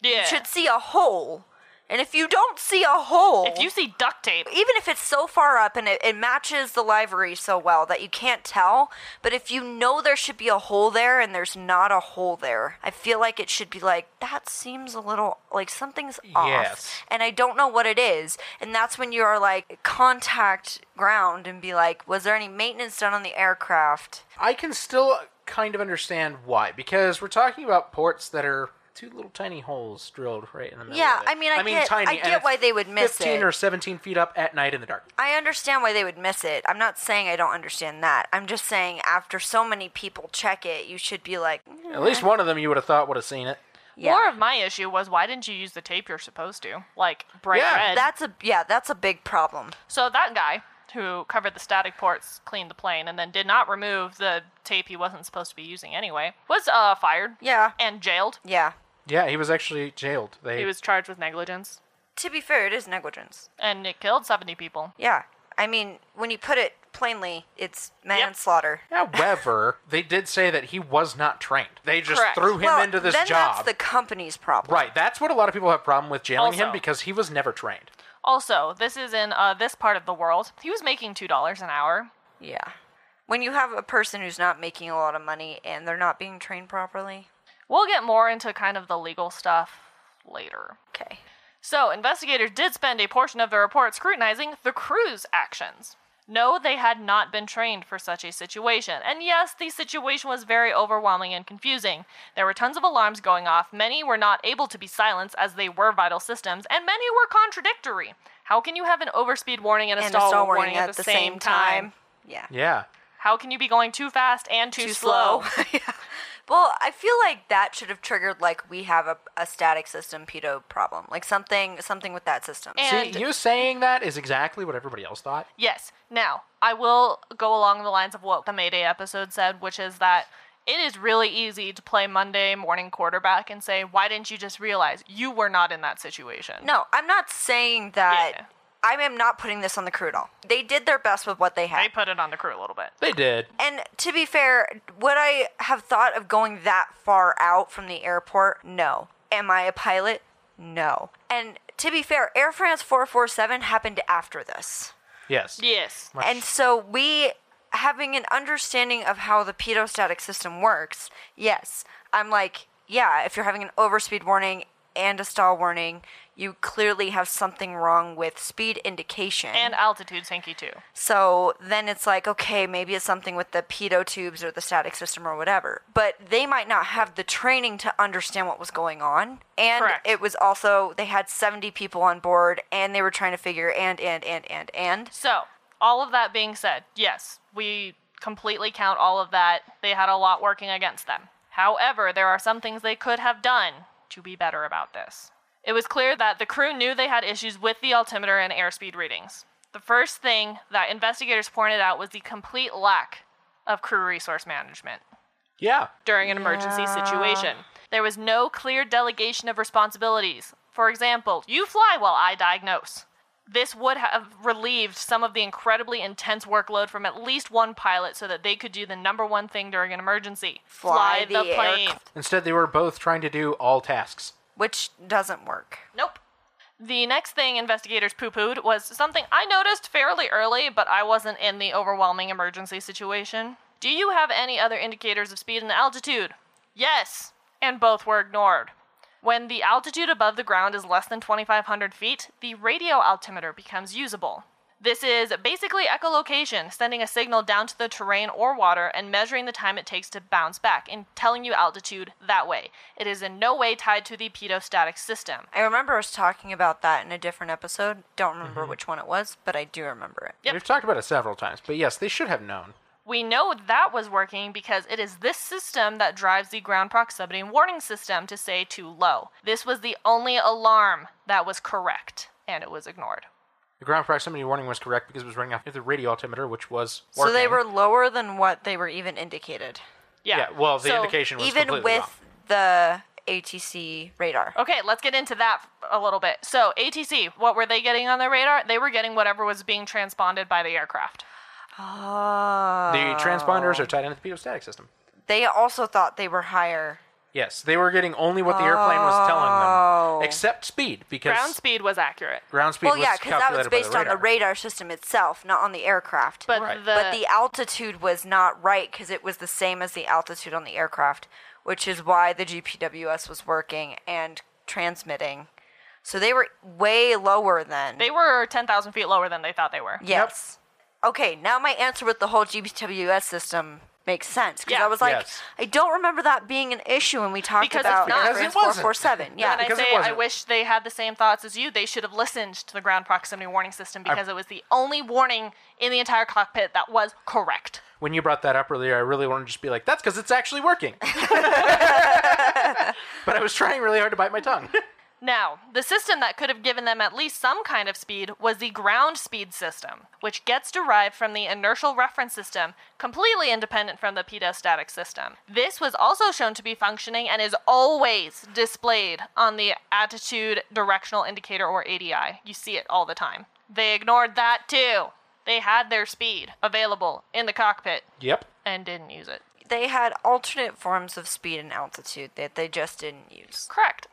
Speaker 1: Yeah.
Speaker 3: You should see a hole. And if you don't see a hole,
Speaker 1: if you see duct tape,
Speaker 3: even if it's so far up and it, it matches the livery so well that you can't tell, but if you know there should be a hole there and there's not a hole there, I feel like it should be like, that seems a little like something's off.
Speaker 2: Yes.
Speaker 3: And I don't know what it is. And that's when you are like, contact ground and be like, was there any maintenance done on the aircraft?
Speaker 2: I can still kind of understand why, because we're talking about ports that are two little tiny holes drilled right in the middle.
Speaker 3: Yeah,
Speaker 2: of it.
Speaker 3: I mean, I get- I
Speaker 2: and
Speaker 3: get
Speaker 2: it's
Speaker 3: why they would miss
Speaker 2: Fifteen
Speaker 3: it.
Speaker 2: or seventeen feet up at night in the dark.
Speaker 3: I understand why they would miss it. I'm not saying I don't understand that. I'm just saying after so many people check it, you should be like, "Mm,
Speaker 2: At least one of them you would have thought would have seen it.
Speaker 3: Yeah.
Speaker 1: More of my issue was why didn't you use the tape you're supposed to? Like bright
Speaker 2: Yeah.
Speaker 1: red.
Speaker 3: That's a yeah, that's a big problem.
Speaker 1: so that guy who covered the static ports, cleaned the plane, and then did not remove the tape he wasn't supposed to be using anyway, was uh, fired
Speaker 3: Yeah.
Speaker 1: and jailed.
Speaker 3: Yeah.
Speaker 2: Yeah, he was actually jailed. They
Speaker 1: He was charged with negligence,
Speaker 3: To be fair, it is negligence.
Speaker 1: and it killed 70 people.
Speaker 3: Yeah. I mean, when you put it plainly, it's manslaughter.
Speaker 2: However, [LAUGHS] they did say that he was not trained. They just
Speaker 1: Correct.
Speaker 2: threw him
Speaker 3: well,
Speaker 2: into this
Speaker 3: then
Speaker 2: job.
Speaker 3: that's the company's problem.
Speaker 2: Right, that's what a lot of people have problem with jailing him
Speaker 1: Also-
Speaker 2: because he was never trained.
Speaker 1: Also, this is in uh, this part of the world. He was making $2 an hour.
Speaker 3: Yeah. When you have a person who's not making a lot of money and they're not being trained properly.
Speaker 1: We'll get more into kind of the legal stuff later.
Speaker 3: Okay.
Speaker 1: So, investigators did spend a portion of the report scrutinizing the crew's actions. No, they had not been trained for such a situation. And yes, the situation was very overwhelming and confusing. There were tons of alarms going off. Many were not able to be silenced as they were vital systems, and many were contradictory. How can you have an overspeed warning and a,
Speaker 3: And
Speaker 1: stall,
Speaker 3: a stall
Speaker 1: warning,
Speaker 3: warning at, the same, time. Yeah.
Speaker 2: Yeah.
Speaker 1: How can you be going too fast and too, slow?
Speaker 3: [LAUGHS] yeah. Well, I feel like that should have triggered like we have a, a static system pedo problem, like something something with that system.
Speaker 1: And-
Speaker 2: See, you saying that is exactly what everybody else thought.
Speaker 1: Yes. Now, I will go along the lines of what the Mayday episode said, which is that it is really easy to play Monday morning quarterback and say, why didn't you just realize you were not in that situation?
Speaker 3: no, I'm not saying that.
Speaker 1: Yeah.
Speaker 3: I am not putting this on the crew at all. They did their best with what they had.
Speaker 1: They put it on the crew a little bit.
Speaker 2: They did.
Speaker 3: And to be fair, would I have thought of going that far out from the airport? No. Am I a pilot? No. And to be fair, Air France 447 happened after this.
Speaker 2: Yes.
Speaker 1: Yes.
Speaker 3: And so we having an understanding of how the pedostatic system works. Yes. I'm like, yeah, if you're having an overspeed warning and a stall warning, you clearly have something wrong with speed indication.
Speaker 1: And altitude sinky too.
Speaker 3: So then it's like, okay, maybe it's something with the pedo tubes or the static system or whatever. But they might not have the training to understand what was going on. And
Speaker 1: Correct.
Speaker 3: it was also, they had 70 people on board and they were trying to figure and, and, and, and, and.
Speaker 1: So, all of that being said, yes, we completely count all of that. They had a lot working against them. However, there are some things they could have done to be better about this. It was clear that the crew knew they had issues with the altimeter and airspeed readings. The first thing that investigators pointed out was the complete lack of crew resource management
Speaker 2: Yeah.
Speaker 1: during an emergency situation. There was no clear delegation of responsibilities. For example, you fly while I diagnose. This would have relieved some of the incredibly intense workload from at least one pilot so that they could do the number one thing during an emergency
Speaker 3: Fly the
Speaker 1: plane.
Speaker 3: aircraft.
Speaker 2: Instead, they were both trying to do all tasks.
Speaker 3: Which doesn't work.
Speaker 1: Nope. The next thing investigators poo pooed was something I noticed fairly early, but I wasn't in the overwhelming emergency situation. Do you have any other indicators of speed and altitude? Yes, and both were ignored. When the altitude above the ground is less than 2,500 feet, the radio altimeter becomes usable. This is basically echolocation, sending a signal down to the terrain or water and measuring the time it takes to bounce back and telling you altitude that way. It is in no way tied to the pedostatic system.
Speaker 3: I remember us talking about that in a different episode. Don't remember
Speaker 2: Mm-hmm.
Speaker 3: which one it was, but I do remember it.
Speaker 1: Yep.
Speaker 2: We've talked about it several times, but yes, they should have known.
Speaker 1: We know that was working because it is this system that drives the ground proximity warning system to say too low. This was the only alarm that was correct, and it was ignored.
Speaker 2: The ground proximity warning was correct because it was running off the radio altimeter, which was
Speaker 3: So they
Speaker 2: working.
Speaker 3: were lower than what they were even indicated,
Speaker 1: Yeah.
Speaker 2: Yeah. Well, the
Speaker 1: So,
Speaker 2: indication was
Speaker 3: even
Speaker 2: completely
Speaker 3: with
Speaker 2: wrong. Oh.
Speaker 3: the ATC radar.
Speaker 1: Okay, let's get into that a little bit. So, ATC, what were they getting on their radar? They were getting whatever was being transponded by the aircraft.
Speaker 3: Oh.
Speaker 2: The transponders are tied into the pedostatic system.
Speaker 3: They also thought they were higher.
Speaker 2: Yes, they were getting only what the airplane was telling
Speaker 3: Oh.
Speaker 2: them, except speed, because
Speaker 1: Ground speed was accurate,
Speaker 2: ground speed
Speaker 3: Well,
Speaker 2: was
Speaker 3: yeah, because that was
Speaker 2: calculated by
Speaker 3: based on the radar system itself, not on the aircraft.
Speaker 1: but
Speaker 2: Right.
Speaker 1: the
Speaker 3: but the altitude was not right because it was the same as the altitude on the aircraft, which is why the GPWS was working and transmitting. So they were way lower than.
Speaker 1: they were 10,000 feet lower than they thought they were.
Speaker 3: yes. Okay, now my answer with the whole GPWS system makes sense because
Speaker 1: Yeah.
Speaker 3: I was like,
Speaker 2: Yes.
Speaker 3: I don't remember that being an issue when we talked
Speaker 1: Because it's
Speaker 3: about
Speaker 1: not.
Speaker 2: Because it
Speaker 3: Trans
Speaker 2: wasn't.
Speaker 3: 447. Yeah,
Speaker 1: And I
Speaker 2: Because it
Speaker 1: say I
Speaker 2: wasn't.
Speaker 1: wish they had the same thoughts as you. They should have listened to the ground proximity warning system because it was the only warning in the entire cockpit that was correct.
Speaker 3: [LAUGHS]
Speaker 2: [LAUGHS] When you brought that up earlier, I really wanted to just be like, "That's because it's actually working." but I was trying really hard to bite my tongue. [LAUGHS]
Speaker 1: Now, the system that could have given them at least some kind of speed was the ground speed system, which gets derived from the inertial reference system, completely independent from the pedostatic system. This was also shown to be functioning and is always displayed on the attitude directional indicator or ADI. You see it all the time. They ignored that too. They had their speed available in the cockpit
Speaker 2: yep.
Speaker 1: and didn't use it.
Speaker 3: They had alternate forms of speed and altitude that they just didn't use.
Speaker 1: Correct.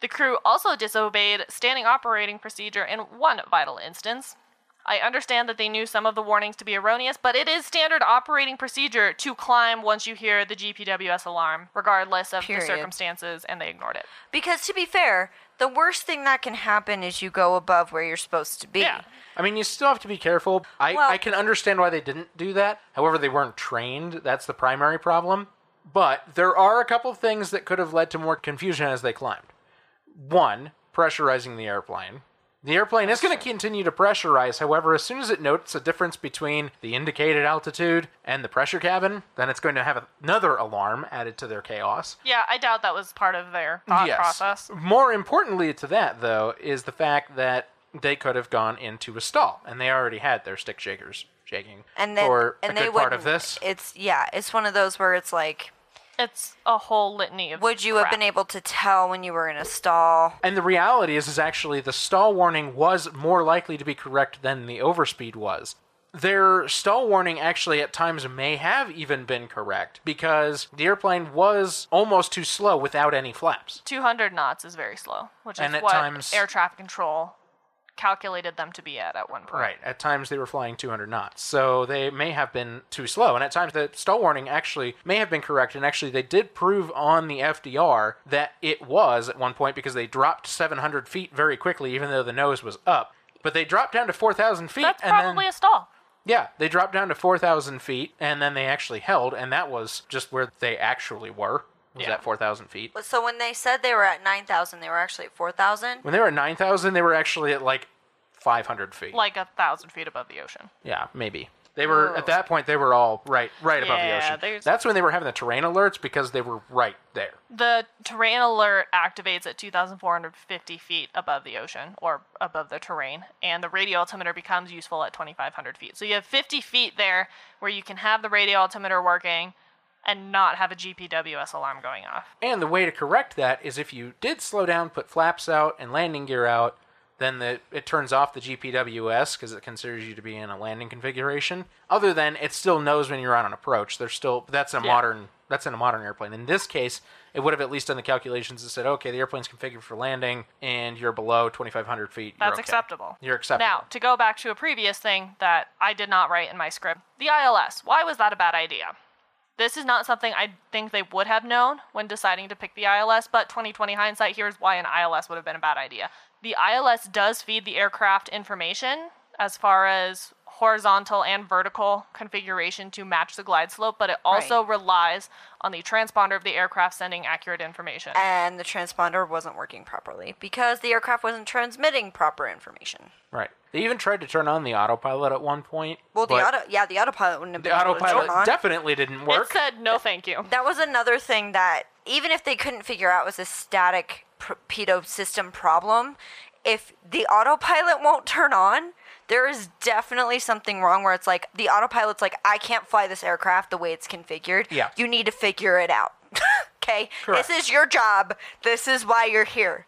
Speaker 1: The crew also disobeyed standing operating procedure in one vital instance. I understand that they knew some of the warnings to be erroneous, but it is standard operating procedure to climb once you hear the GPWS alarm, regardless of
Speaker 3: Period.
Speaker 1: the circumstances, and they ignored it.
Speaker 3: Because to be fair, the worst thing that can happen is you go above where you're supposed to be.
Speaker 1: Yeah.
Speaker 2: I mean, you still have to be careful. I,
Speaker 3: Well-
Speaker 2: I can understand why they didn't do that. However, they weren't trained. That's the primary problem. But there are a couple things that could have led to more confusion as they climbed. One, pressurizing the airplane. The airplane is going to continue to pressurize. However, as soon as it notes a difference between the indicated altitude and the pressure cabin, then it's going to have another alarm added to their chaos.
Speaker 1: Yeah, I doubt that was part of their thought process.
Speaker 2: More importantly to that, though, is the fact that they could have gone into a stall, and they already had their stick shakers shaking
Speaker 3: And then
Speaker 2: for
Speaker 3: and
Speaker 2: a
Speaker 3: they
Speaker 2: good part of
Speaker 3: wouldn't-
Speaker 2: this.
Speaker 3: It's yeah, it's one of those where it's like,
Speaker 1: It's a whole litany of.
Speaker 3: would you have
Speaker 1: crap.
Speaker 3: been able to tell when you were in a stall?
Speaker 2: And the reality is, is actually the stall warning was more likely to be correct than the overspeed was. Their stall warning actually at times may have even been correct because the airplane was almost too slow without any flaps.
Speaker 1: 200 knots is very slow, which is
Speaker 2: And at
Speaker 1: what
Speaker 2: times-
Speaker 1: air traffic control calculated them to be at at one point.
Speaker 2: Right. At times they were flying 200 knots, so they may have been too slow. And at times the stall warning actually may have been correct. And actually, they did prove on the FDR that it was at one point because they dropped 700 feet very quickly, even though the nose was up. But they dropped down to 4,000 feet.
Speaker 1: That's
Speaker 2: and
Speaker 1: probably
Speaker 2: then,
Speaker 1: a stall.
Speaker 2: yeah, they dropped down to 4,000 feet, and then they actually held, and that was just where they actually were. Was
Speaker 1: Yeah.
Speaker 2: at 4,000 feet.
Speaker 3: So when they said they were at nine thousand, they were actually at four thousand.
Speaker 2: When they were at 9,000, they were actually at like 500 feet.
Speaker 1: Like a thousand feet above the ocean.
Speaker 2: Yeah, maybe. They were at that point. They were all right, right above the
Speaker 1: Oh. Yeah,
Speaker 2: ocean.
Speaker 1: there's-
Speaker 2: That's when they were having the terrain alerts because they were right there.
Speaker 1: The terrain alert activates at 2,450 feet above the ocean or above the terrain, and the radio altimeter becomes useful at 2,500 feet. So you have 50 feet there where you can have the radio altimeter working and not have a GPWS alarm going off.
Speaker 2: And the way to correct that is if you did slow down, put flaps out and landing gear out, then the, it turns off the GPWS because it considers you to be in a landing configuration. Other than it still knows when you're on an approach. There's still that's a modern that's in a modern airplane. In this case, it would have at least done the calculations and said, okay, the airplane's configured for landing, and you're below 2,500 feet. you're
Speaker 1: That's
Speaker 2: okay.
Speaker 1: acceptable.
Speaker 2: You're acceptable.
Speaker 1: Now, to go back to a previous thing that I did not write in my script the ILS. Why was that a bad idea? This is not something I think they would have known when deciding to pick the ILS, but 2020 hindsight, here's why an ILS would have been a bad idea. The ILS does feed the aircraft information as far as horizontal and vertical configuration to match the glide slope, but it also relies on the transponder of the aircraft sending accurate information.
Speaker 3: And the transponder wasn't working properly because the aircraft wasn't transmitting proper information.
Speaker 2: Right. They even tried to turn on the autopilot at one point.
Speaker 3: Well, the
Speaker 2: but
Speaker 3: auto, yeah, the autopilot wouldn't have
Speaker 2: the
Speaker 3: been able to turn on.
Speaker 2: autopilot definitely didn't
Speaker 1: it
Speaker 2: work.
Speaker 1: said no thank you.
Speaker 3: that was another thing that even if they couldn't figure out was a static pr- pedo system problem if the autopilot won't turn on there is definitely something wrong where it's like the autopilot's like i can't fly this aircraft the way it's configured
Speaker 2: Yeah.
Speaker 3: you need to figure it out [LAUGHS] okay
Speaker 2: Correct.
Speaker 3: this is your job this is why you're here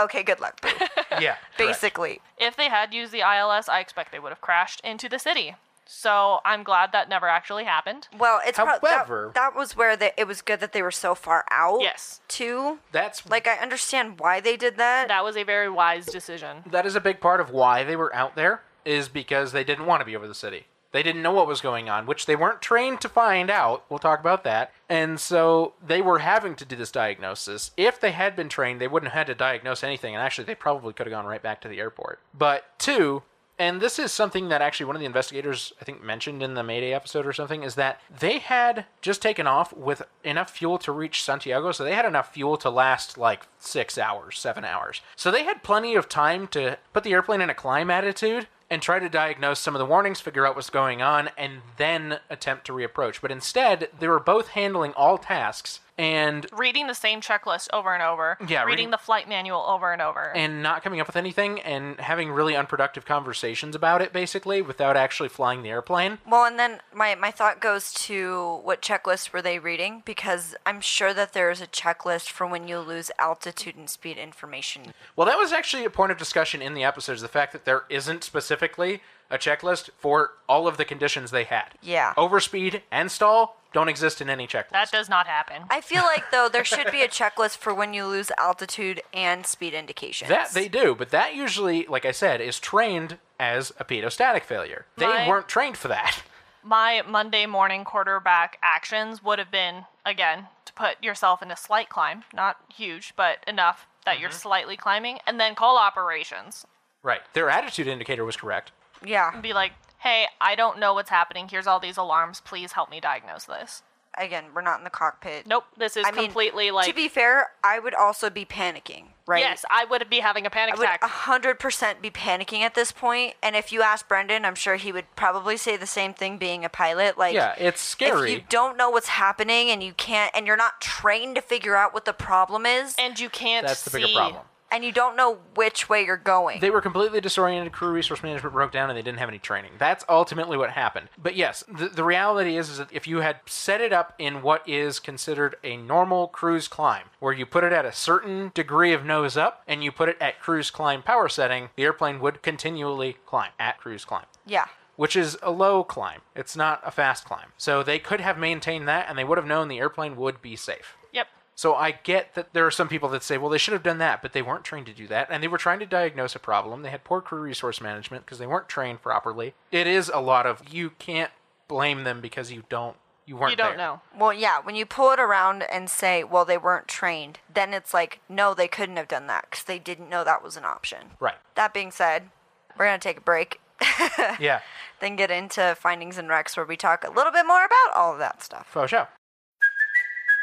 Speaker 3: okay
Speaker 2: [LAUGHS]
Speaker 3: good luck boo. [LAUGHS]
Speaker 2: yeah. correct.
Speaker 3: basically
Speaker 1: If they had used the ILS, I expect they would have crashed into the city. So I'm glad that never actually happened.
Speaker 3: well it's prob- that-
Speaker 2: However-
Speaker 3: that, was where the, it was good that they were so far out
Speaker 1: Yes.
Speaker 3: too
Speaker 2: That's like
Speaker 3: like i understand why they did that
Speaker 1: That was a very wise decision.
Speaker 2: that is a big part of why they were out there is because they didn't want to be over the city. They didn't know what was going on, which they weren't trained to find out. We'll talk about that. And so they were having to do this diagnosis. If they had been trained, they wouldn't have had to diagnose anything, and actually, they probably could have gone right back to the airport. But two, and this is something that actually one of the investigators I think mentioned in the Mayday episode or something is that they had just taken off with enough fuel to reach Santiago, so they had enough fuel to last like six hours, seven hours. So they had plenty of time to put the airplane in a climb attitude and try to diagnose some of the warnings, figure out what's going on, and then attempt to reapproach. But instead, they were both handling all tasks and
Speaker 1: Reading the same checklist over and over.
Speaker 2: Yeah,
Speaker 1: Reading,
Speaker 2: reading-
Speaker 1: the flight manual over and over.
Speaker 2: and not coming up with anything and having really unproductive conversations about it basically without actually flying the airplane.
Speaker 3: Well, and then my, my thought goes to what checklist were they reading? Because I'm sure that there is a checklist for when you lose altitude and speed information.
Speaker 2: Well, that was actually a point of discussion in the episodes the fact that there isn't specifically a checklist for all of the conditions they had.
Speaker 3: Yeah.
Speaker 2: Overspeed and stall don't exist in any checklist.
Speaker 1: that does not happen. [LAUGHS]
Speaker 3: I feel like though there should be a checklist for when you lose altitude and speed indications.
Speaker 2: That they do, but that usually, like I said, is trained as a pedostatic failure. They
Speaker 1: My-
Speaker 2: weren't trained for that. [LAUGHS]
Speaker 1: my Monday morning quarterback actions would have been again to put yourself in a slight climb, not huge, but enough that
Speaker 2: Mm-hmm.
Speaker 1: you're slightly climbing, and then call operations
Speaker 2: Right. Their attitude indicator was correct.
Speaker 3: yeah.
Speaker 1: and be like, "Hey, I don't know what's happening. Here's all these alarms. Please help me diagnose this."
Speaker 3: Again, we're not in the cockpit.
Speaker 1: Nope, this is
Speaker 3: I mean,
Speaker 1: completely like
Speaker 3: To be fair, I would also be panicking, right?
Speaker 1: yes, I would be having a panic
Speaker 3: I would uh,
Speaker 1: attack.
Speaker 3: 100% be panicking at this point. And if you ask Brendan, I'm sure he would probably say the same thing being a pilot. Like,
Speaker 2: Yeah, it's scary.
Speaker 3: If you don't know what's happening and you can't, and you're not trained to figure out what the problem is, and,
Speaker 1: and you can't.
Speaker 2: That's the bigger
Speaker 1: see-
Speaker 2: problem.
Speaker 3: you don't know which way you're going.
Speaker 2: They were completely disoriented. Crew resource management broke down, and they didn't have any training. That's ultimately what happened. But yes, the, the reality is, is that if you had set it up in what is considered a normal cruise climb, where you put it at a certain degree of nose up, and you put it at cruise climb power setting, the airplane would continually climb at cruise climb.
Speaker 3: yeah.
Speaker 2: Which is a low climb. It's not a fast climb. So they could have maintained that, and they would have known the airplane would be safe.
Speaker 1: Yep.
Speaker 2: So I get that there are some people that say, well, they should have done that, but they weren't trained to do that, and they were trying to diagnose a problem. They had poor crew resource management because they weren't trained properly. It is a lot of you can't blame them because you don't you weren't
Speaker 1: You don't
Speaker 2: there.
Speaker 1: know.
Speaker 3: Well, yeah, when you pull it around and say, well, they weren't trained, then it's like, no, they couldn't have done that because they didn't know that was an option.
Speaker 2: Right.
Speaker 3: That being said, we're going to take a break, [LAUGHS]
Speaker 2: Yeah.
Speaker 3: then get into findings and recs where we talk a little bit more about all of that stuff.
Speaker 2: Faux show.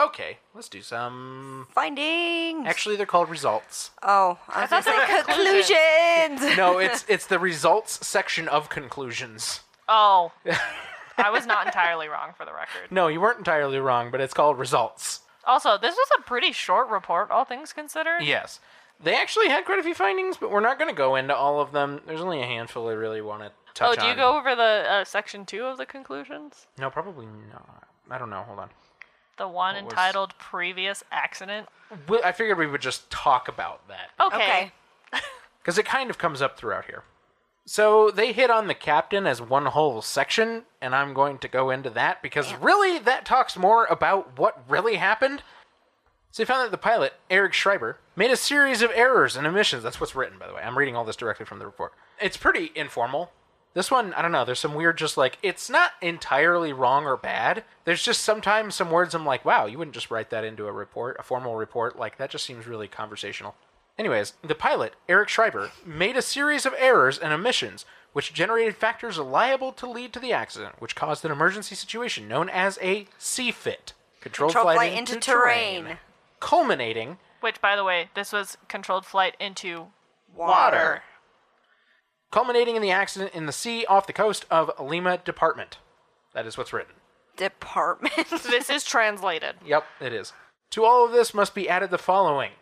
Speaker 2: Okay, let's do some
Speaker 3: Findings.
Speaker 2: actually they're called results.
Speaker 3: oh, I was going to say conclusions.
Speaker 2: No, it's it's the results section of conclusions. [LAUGHS]
Speaker 1: Oh, I was not entirely wrong for the record.
Speaker 2: No, you weren't entirely wrong, but it's called results.
Speaker 1: Also, this was a pretty short report, all things considered.
Speaker 2: Yes. They actually had quite a few findings, but we're not going to go into all of them. There's only a handful I really want to touch
Speaker 1: Oh, do
Speaker 2: on.
Speaker 1: you go over the uh, section two of the conclusions?
Speaker 2: No, probably not. I don't know. Hold on.
Speaker 1: The one
Speaker 2: was-
Speaker 1: entitled Previous Accident.
Speaker 2: We, I figured we would just talk about that
Speaker 1: Okay.
Speaker 3: okay.
Speaker 2: because it kind of comes up throughout here. So they hit on the captain as one whole section, and I'm going to go into that because really that talks more about what really happened. So they found that the pilot, Eric Schreiber, made a series of errors and omissions. That's what's written, by the way. I'm reading all this directly from the report. It's pretty informal. This one, I don't know, there's some weird just like it's not entirely wrong or bad. There's just sometimes some words I'm like, wow, you wouldn't just write that into a report, a formal report. Like that just seems really conversational. Anyways, the pilot, Eric Schreiber, made a series of errors and omissions which generated factors liable to lead to the accident, which caused an emergency situation known as a CFIT. Controlled,
Speaker 3: Controlled
Speaker 2: flight,
Speaker 3: flight
Speaker 2: into,
Speaker 3: into
Speaker 2: terrain.
Speaker 3: terrain.
Speaker 2: Culminating
Speaker 1: Which, by the way, this was controlled flight into.
Speaker 2: [LAUGHS] water. Culminating in the accident in the sea off the coast of Lima Department. That is what's written.
Speaker 3: Department. [LAUGHS]
Speaker 1: This is translated.
Speaker 2: Yep, it is. To all of this must be added the following.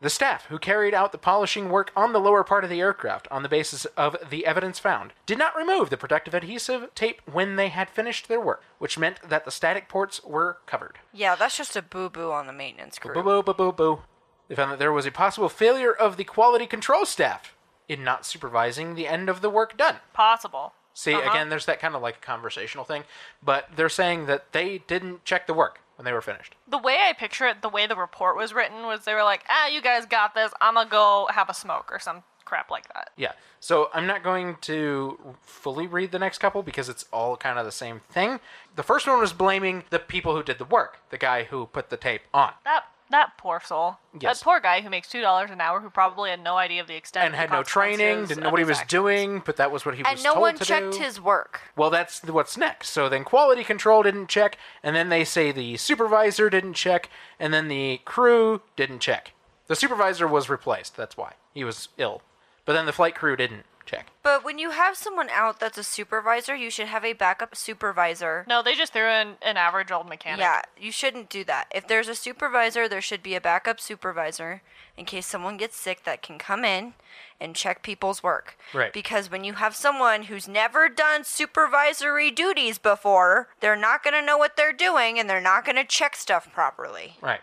Speaker 2: The staff who carried out the polishing work on the lower part of the aircraft on the basis of the evidence found did not remove the protective adhesive tape when they had finished their work, which meant that the static ports were covered.
Speaker 3: yeah, that's just a boo boo on the maintenance crew.
Speaker 2: Boo boo boo boo boo. They found that there was a possible failure of the quality control staff in not supervising the end of the work done.
Speaker 1: Possible.
Speaker 2: See,
Speaker 3: Uh-huh.
Speaker 2: again, there's that kind of like conversational thing, but they're saying that they didn't check the work when they were finished.
Speaker 1: The way I picture it, the way the report was written was they were like, ah, you guys got this. I'm going to go have a smoke or some crap like that.
Speaker 2: Yeah. So I'm not going to fully read the next couple because it's all kind of the same thing. The first one was blaming the people who did the work, the guy who put the tape on.
Speaker 1: That that poor soul.
Speaker 2: Yes.
Speaker 1: That poor guy who makes two dollars an hour who probably had no idea of the extent
Speaker 2: And
Speaker 1: of
Speaker 2: had
Speaker 1: the
Speaker 2: no training,
Speaker 1: consequences
Speaker 2: didn't
Speaker 1: of
Speaker 2: know what he
Speaker 1: his
Speaker 2: was
Speaker 1: actions.
Speaker 2: doing, but that was what he was
Speaker 3: And no
Speaker 2: told
Speaker 3: one
Speaker 2: to
Speaker 3: checked
Speaker 2: do.
Speaker 3: his work.
Speaker 2: Well, that's th- what's next. So then quality control didn't check, and then they say the supervisor didn't check, and then the crew didn't check. The supervisor was replaced, that's why. He was ill. But then the flight crew didn't check.
Speaker 3: But when you have someone out that's a supervisor, you should have a backup supervisor.
Speaker 1: No, they just threw in an average old mechanic.
Speaker 3: Yeah, you shouldn't do that. If there's a supervisor, there should be a backup supervisor in case someone gets sick that can come in and check people's work.
Speaker 2: Right.
Speaker 3: Because when you have someone who's never done supervisory duties before, they're not going to know what they're doing and they're not going to check stuff properly.
Speaker 2: Right.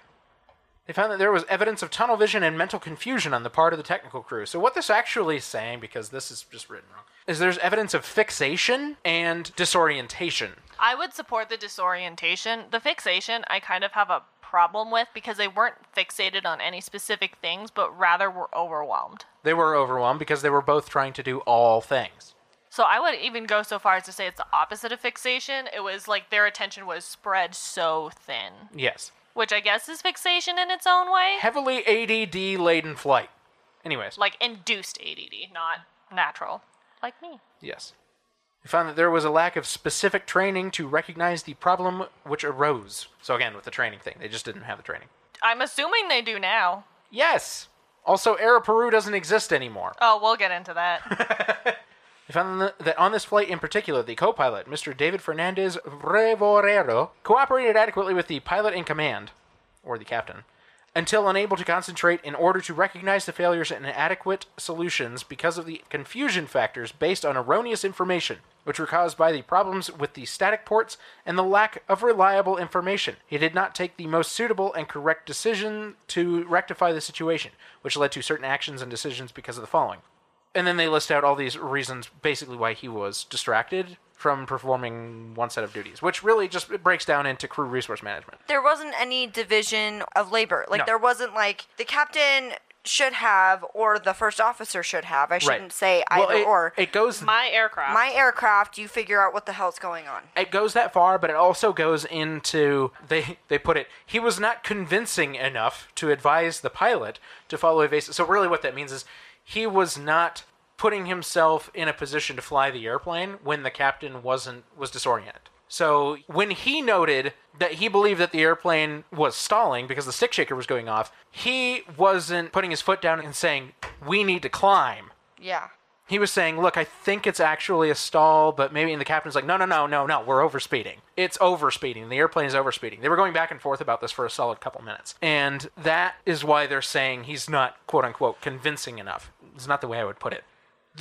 Speaker 2: They found that there was evidence of tunnel vision and mental confusion on the part of the technical crew. So what this actually is saying, because this is just written wrong, is there's evidence of fixation and disorientation.
Speaker 1: I would support the disorientation. The fixation, I kind of have a problem with because they weren't fixated on any specific things, but rather were overwhelmed.
Speaker 2: They were overwhelmed because they were both trying to do all things.
Speaker 1: So I would even go so far as to say it's the opposite of fixation. It was like their attention was spread so thin,
Speaker 2: Yes.
Speaker 1: which I guess is fixation in its own way.
Speaker 2: Heavily ADD laden flight. Anyways.
Speaker 1: Like induced ADD, not natural. Like me.
Speaker 2: Yes. They found that there was a lack of specific training to recognize the problem which arose. So again, with the training thing, they just didn't have the training.
Speaker 1: I'm assuming they do now.
Speaker 2: Yes. Also, Aero Peru doesn't exist anymore.
Speaker 1: Oh, we'll get into [LAUGHS] that.
Speaker 2: They found th- that on this flight in particular, the co pilot, Mr. David Fernandez Revorero, cooperated adequately with the pilot in command, or the captain, until unable to concentrate in order to recognize the failures and adequate solutions because of the confusion factors based on erroneous information, which were caused by the problems with the static ports and the lack of reliable information. He did not take the most suitable and correct decision to rectify the situation, which led to certain actions and decisions because of the following and then they list out all these reasons basically why he was distracted from performing one set of duties which really just it breaks down into crew resource management
Speaker 3: there wasn't any division of labor. Like
Speaker 2: No.
Speaker 3: there wasn't like the captain should have or the first officer should have. I shouldn't say either
Speaker 2: Well, it,
Speaker 3: or.
Speaker 2: it goes
Speaker 1: My aircraft.
Speaker 3: My aircraft, you figure out what the hell's going on.
Speaker 2: it goes that far but it also goes into they they put it he was not convincing enough to advise the pilot to follow evasive so really what that means is he was not putting himself in a position to fly the airplane when the captain wasn't was disoriented So when he noted that he believed that the airplane was stalling because the stick shaker was going off, he wasn't putting his foot down and saying, "We need to climb."
Speaker 3: Yeah.
Speaker 2: He was saying, "Look, I think it's actually a stall, but maybe." And the captain's like, "No, no, no, no, no. We're overspeeding. It's overspeeding. The airplane is overspeeding." They were going back and forth about this for a solid couple minutes, and that is why they're saying he's not "quote unquote" convincing enough. It's not the way I would put it.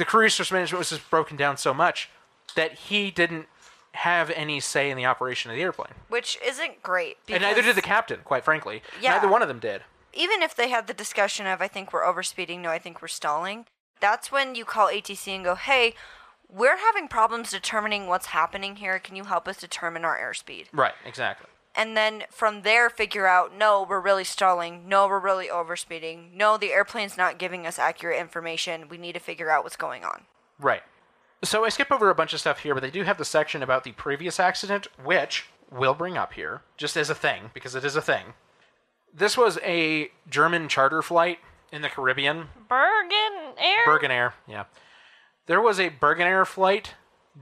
Speaker 2: The crew resource management was just broken down so much that he didn't have any say in the operation of the airplane,
Speaker 3: Which isn't great.
Speaker 2: and neither did the
Speaker 3: because
Speaker 2: captain. Quite frankly,
Speaker 3: Yeah.
Speaker 2: neither one of them did.
Speaker 3: Even if they had the discussion of, I think we're overspeeding, no, I think we're stalling, that's when you call ATC and go, hey, we're having problems determining what's happening here. Can you help us determine our airspeed?
Speaker 2: Right. Exactly.
Speaker 3: and then from there figure out no we're really stalling no we're really overspeeding no the airplane's not giving us accurate information we need to figure out what's going on
Speaker 2: Right. So I skip over a bunch of stuff here, but they do have the section about the previous accident, which we'll bring up here, just as a thing, because it is a thing. This was a German charter flight in the Caribbean,
Speaker 1: Bergen Air.
Speaker 2: Bergen Air. Yeah. There was a Bergen Air flight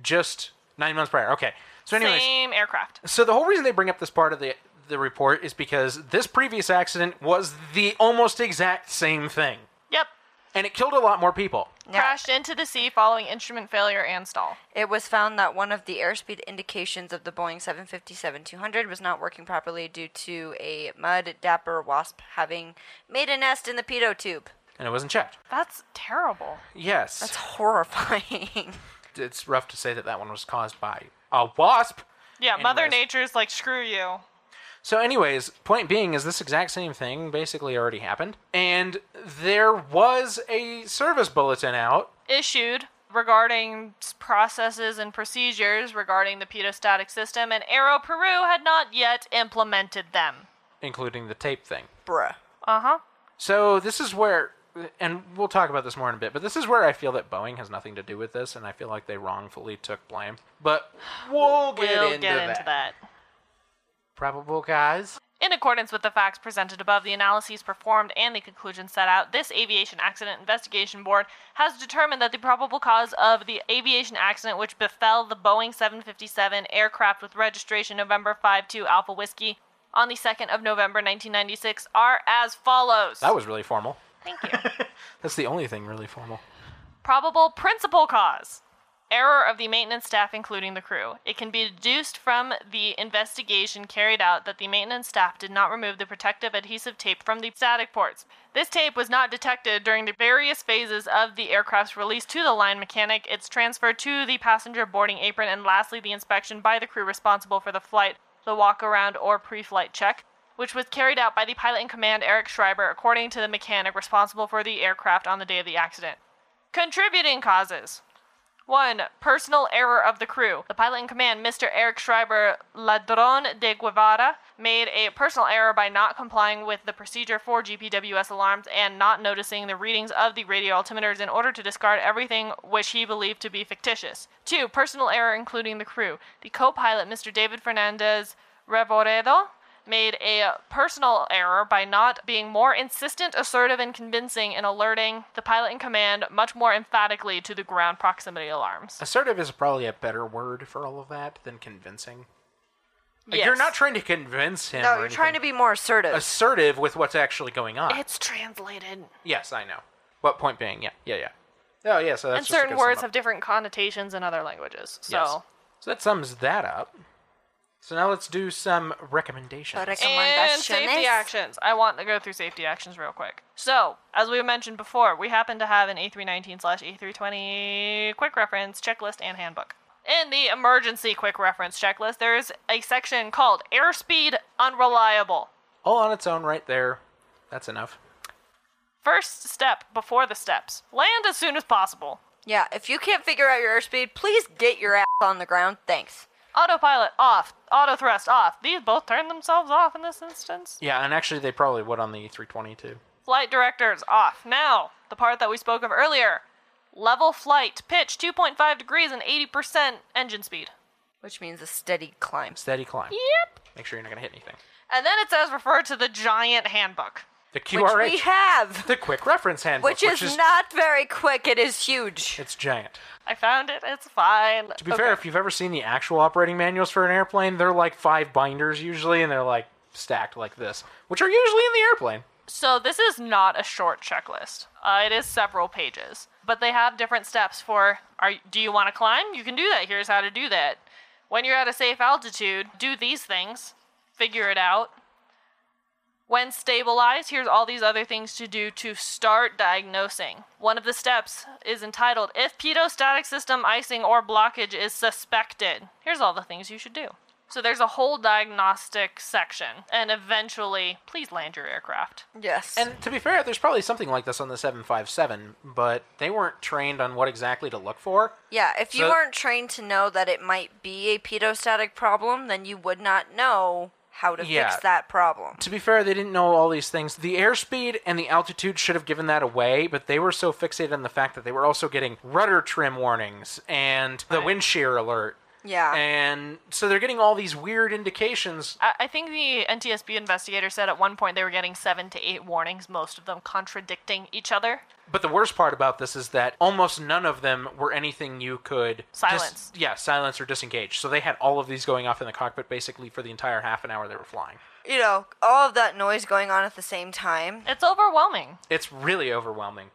Speaker 2: just nine months prior. Okay. So, anyways.
Speaker 1: Same aircraft.
Speaker 2: So the whole reason they bring up this part of the the report is because this previous accident was the almost exact same thing,
Speaker 1: Yep.
Speaker 2: and it killed a lot more people.
Speaker 3: Yeah.
Speaker 1: Crashed into the sea following instrument failure and stall.
Speaker 3: it was found that one of the airspeed indications of the boeing 757-200 was not working properly due to a mud dapper wasp having made a nest in the pitot tube [LAUGHS]
Speaker 2: And it wasn't checked.
Speaker 1: That's terrible.
Speaker 2: Yes.
Speaker 3: it's horrifying
Speaker 2: it's rough to say that that one was caused by a wasp.
Speaker 1: Yeah, Mother
Speaker 2: Anyways.
Speaker 1: Nature's like, screw you.
Speaker 2: So, anyways, point being is this exact same thing basically already happened, and there was a service bulletin out.
Speaker 1: Issued regarding s- processes and procedures regarding the pedostatic system, and Aero Peru had not yet implemented them.
Speaker 2: Including the tape thing.
Speaker 3: bruh
Speaker 1: Uh huh.
Speaker 2: So, this is where and we'll talk about this more in a bit, but this is where I feel that Boeing has nothing to do with this, and I feel like they wrongfully took blame. But we'll get,
Speaker 1: we'll
Speaker 2: into,
Speaker 1: get
Speaker 2: that.
Speaker 1: into that.
Speaker 2: Probable guys.
Speaker 1: In accordance with the facts presented above, the analyses performed, and the conclusions set out, this Aviation Accident Investigation Board has determined that the probable cause of the aviation accident which befell the Boeing 757 aircraft with registration November 52 Alpha Whiskey on the 2nd of November 1996 are as follows.
Speaker 2: That was really formal. [LAUGHS]
Speaker 1: Thank you.
Speaker 2: That's the only thing really formal.
Speaker 1: Probable principal cause error of the maintenance staff, including the crew. It can be deduced from the investigation carried out that the maintenance staff did not remove the protective adhesive tape from the static ports. This tape was not detected during the various phases of the aircraft's release to the line mechanic, its transfer to the passenger boarding apron, and lastly, the inspection by the crew responsible for the flight, the walk around, or pre flight check which was carried out by the pilot in command Eric Schreiber, according to the mechanic responsible for the aircraft on the day of the accident. Contributing causes. 1. Personal error of the crew. The pilot in command, Mr. Eric Schreiber Ladron de Guevara, made a personal error by not complying with the procedure for GPWS alarms and not noticing the readings of the radio altimeters in order to discard everything which he believed to be fictitious. 2. Personal error including the crew. The co pilot, Mr. David Fernandez Revoredo, made a personal error by not being more insistent, assertive, and convincing in alerting the pilot in command much more emphatically to the ground proximity alarms.
Speaker 2: Assertive is probably a better word for all of that than convincing. Like,
Speaker 1: Yes.
Speaker 2: You're not trying to convince him.
Speaker 3: No,
Speaker 2: or
Speaker 3: you're trying to
Speaker 2: anything.
Speaker 3: be more assertive.
Speaker 2: assertive with what's actually going on.
Speaker 1: It's translated.
Speaker 2: yes, I know. What point being? Yeah, yeah, yeah. Oh, yeah. So that's
Speaker 1: and
Speaker 2: just a
Speaker 1: certain
Speaker 2: good sum
Speaker 1: words
Speaker 2: up.
Speaker 1: have different connotations in other languages. So,
Speaker 2: Yes. So that sums that up. So now let's do some recommendations.
Speaker 3: But I can-
Speaker 1: and
Speaker 3: Recomendaciones.
Speaker 1: safety actions. I want to go through safety actions real quick. So, as we mentioned before, we happen to have an A319 slash A320 quick reference checklist and handbook. In the emergency quick reference checklist, there is a section called Airspeed Unreliable.
Speaker 2: All on its own, right there. That's enough.
Speaker 1: First step before the steps land as soon as possible.
Speaker 3: yeah, if you can't figure out your airspeed, please get your ass on the ground. Thanks.
Speaker 1: Autopilot off, auto thrust off. These both turn themselves off in this instance.
Speaker 2: Yeah, and actually they probably would on the E320 too.
Speaker 1: Flight directors off. Now, the part that we spoke of earlier level flight, pitch 2.5 degrees and 80% engine speed.
Speaker 3: Which means a steady climb.
Speaker 2: Steady climb.
Speaker 1: Yep.
Speaker 2: Make sure you're not gonna hit anything.
Speaker 1: And then it says refer to the giant handbook.
Speaker 2: The
Speaker 3: Which
Speaker 2: QRH,
Speaker 3: we have.
Speaker 2: the quick reference handbook,
Speaker 3: Which
Speaker 2: which,
Speaker 3: is not very quick. It is huge.
Speaker 2: It's giant.
Speaker 1: I found it. It's fine.
Speaker 2: To be fair, if you've ever seen the actual operating manuals for an airplane, they're like five binders usually, and they're like stacked like this, which are usually in the airplane.
Speaker 1: So this is not a short checklist. Uh, it is several pages, but they have different steps for are do you want to climb? You can do that. Here's how to do that. When you're at a safe altitude, do these things. Figure it out. When stabilized, here's all these other things to do to start diagnosing. One of the steps is entitled If Pedostatic System Icing or Blockage is Suspected. Here's all the things you should do. So there's a whole diagnostic section, and eventually, please land your aircraft.
Speaker 3: Yes.
Speaker 2: And to be fair, there's probably something like this on the 757, but they weren't trained on what exactly to look for.
Speaker 3: yeah, if you
Speaker 2: So-
Speaker 3: weren't trained to know that it might be a pedostatic problem, then you would not know how to
Speaker 2: Yeah.
Speaker 3: fix that problem.
Speaker 2: to be fair, they didn't know all these things. The airspeed and the altitude should have given that away, but they were so fixated on the fact that they were also getting rudder trim warnings and the wind shear alert.
Speaker 3: Yeah.
Speaker 2: And so they're getting all these weird indications.
Speaker 1: I I think the NTSB investigator said at one point they were getting seven to eight warnings, most of them contradicting each other.
Speaker 2: But the worst part about this is that almost none of them were anything you could dis-
Speaker 1: Silence.
Speaker 2: yeah, silence or disengage. So they had all of these going off in the cockpit basically for the entire half an hour they were flying.
Speaker 3: you know, all of that noise going on at the same time.
Speaker 1: It's overwhelming.
Speaker 2: It's really overwhelming.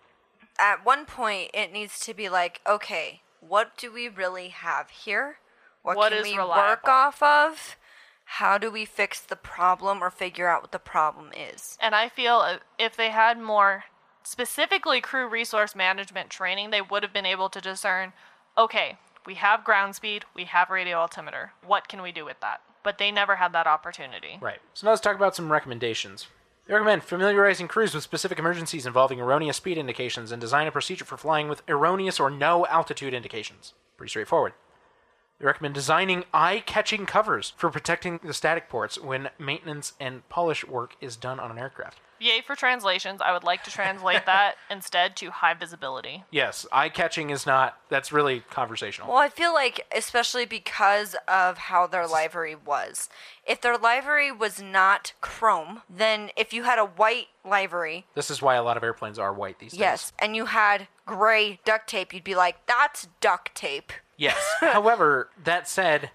Speaker 3: At one point, it needs to be like, okay, what do we really have here?
Speaker 1: What
Speaker 3: can
Speaker 1: is
Speaker 3: we work
Speaker 1: reliable?
Speaker 3: off of? How do we fix the problem or figure out what the problem is?
Speaker 1: And I feel uh, if they had more specifically crew resource management training, they would have been able to discern okay, we have ground speed, we have radio altimeter. What can we do with that? But they never had that opportunity.
Speaker 2: Right. So now let's talk about some recommendations. They recommend familiarizing crews with specific emergencies involving erroneous speed indications and design a procedure for flying with erroneous or no altitude indications. Pretty straightforward. They recommend designing eye catching covers for protecting the static ports when maintenance and polish work is done on an aircraft.
Speaker 1: Yay for translations. I would like to
Speaker 2: [LAUGHS]
Speaker 1: translate that instead to high visibility.
Speaker 2: Yes, eye catching is not. That's really conversational.
Speaker 3: Well, I feel like, especially because of how their livery was. If their livery was not chrome, then if you had a white livery,
Speaker 2: this is why a lot of airplanes are white these days.
Speaker 3: yes, and you had gray duct tape, you'd be like, that's duct tape.
Speaker 2: Yes.
Speaker 3: [LAUGHS]
Speaker 2: However, that said,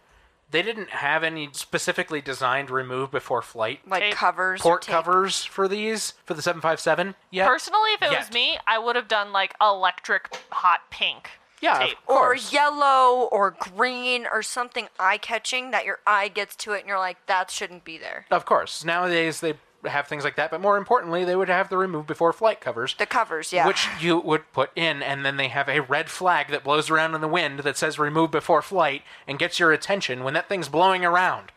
Speaker 2: they didn't have any specifically designed remove before flight
Speaker 3: Like
Speaker 1: Tape.
Speaker 3: covers. or
Speaker 2: port
Speaker 3: tape.
Speaker 2: covers for these for the 757 yet.
Speaker 1: Personally, if it
Speaker 2: Yet.
Speaker 1: was me, I would have done like electric hot pink.
Speaker 2: yeah,
Speaker 1: tape.
Speaker 2: of
Speaker 3: Or
Speaker 2: course.
Speaker 3: yellow or green or something eye catching that your eye gets to it and you're like, that shouldn't be there.
Speaker 2: Of course. Nowadays they have things like that, but more importantly, they would have the remove before flight covers.
Speaker 3: The covers, yeah.
Speaker 2: Which you would put in, and then they have a red flag that blows around in the wind that says remove before flight and gets your attention when that thing's blowing around.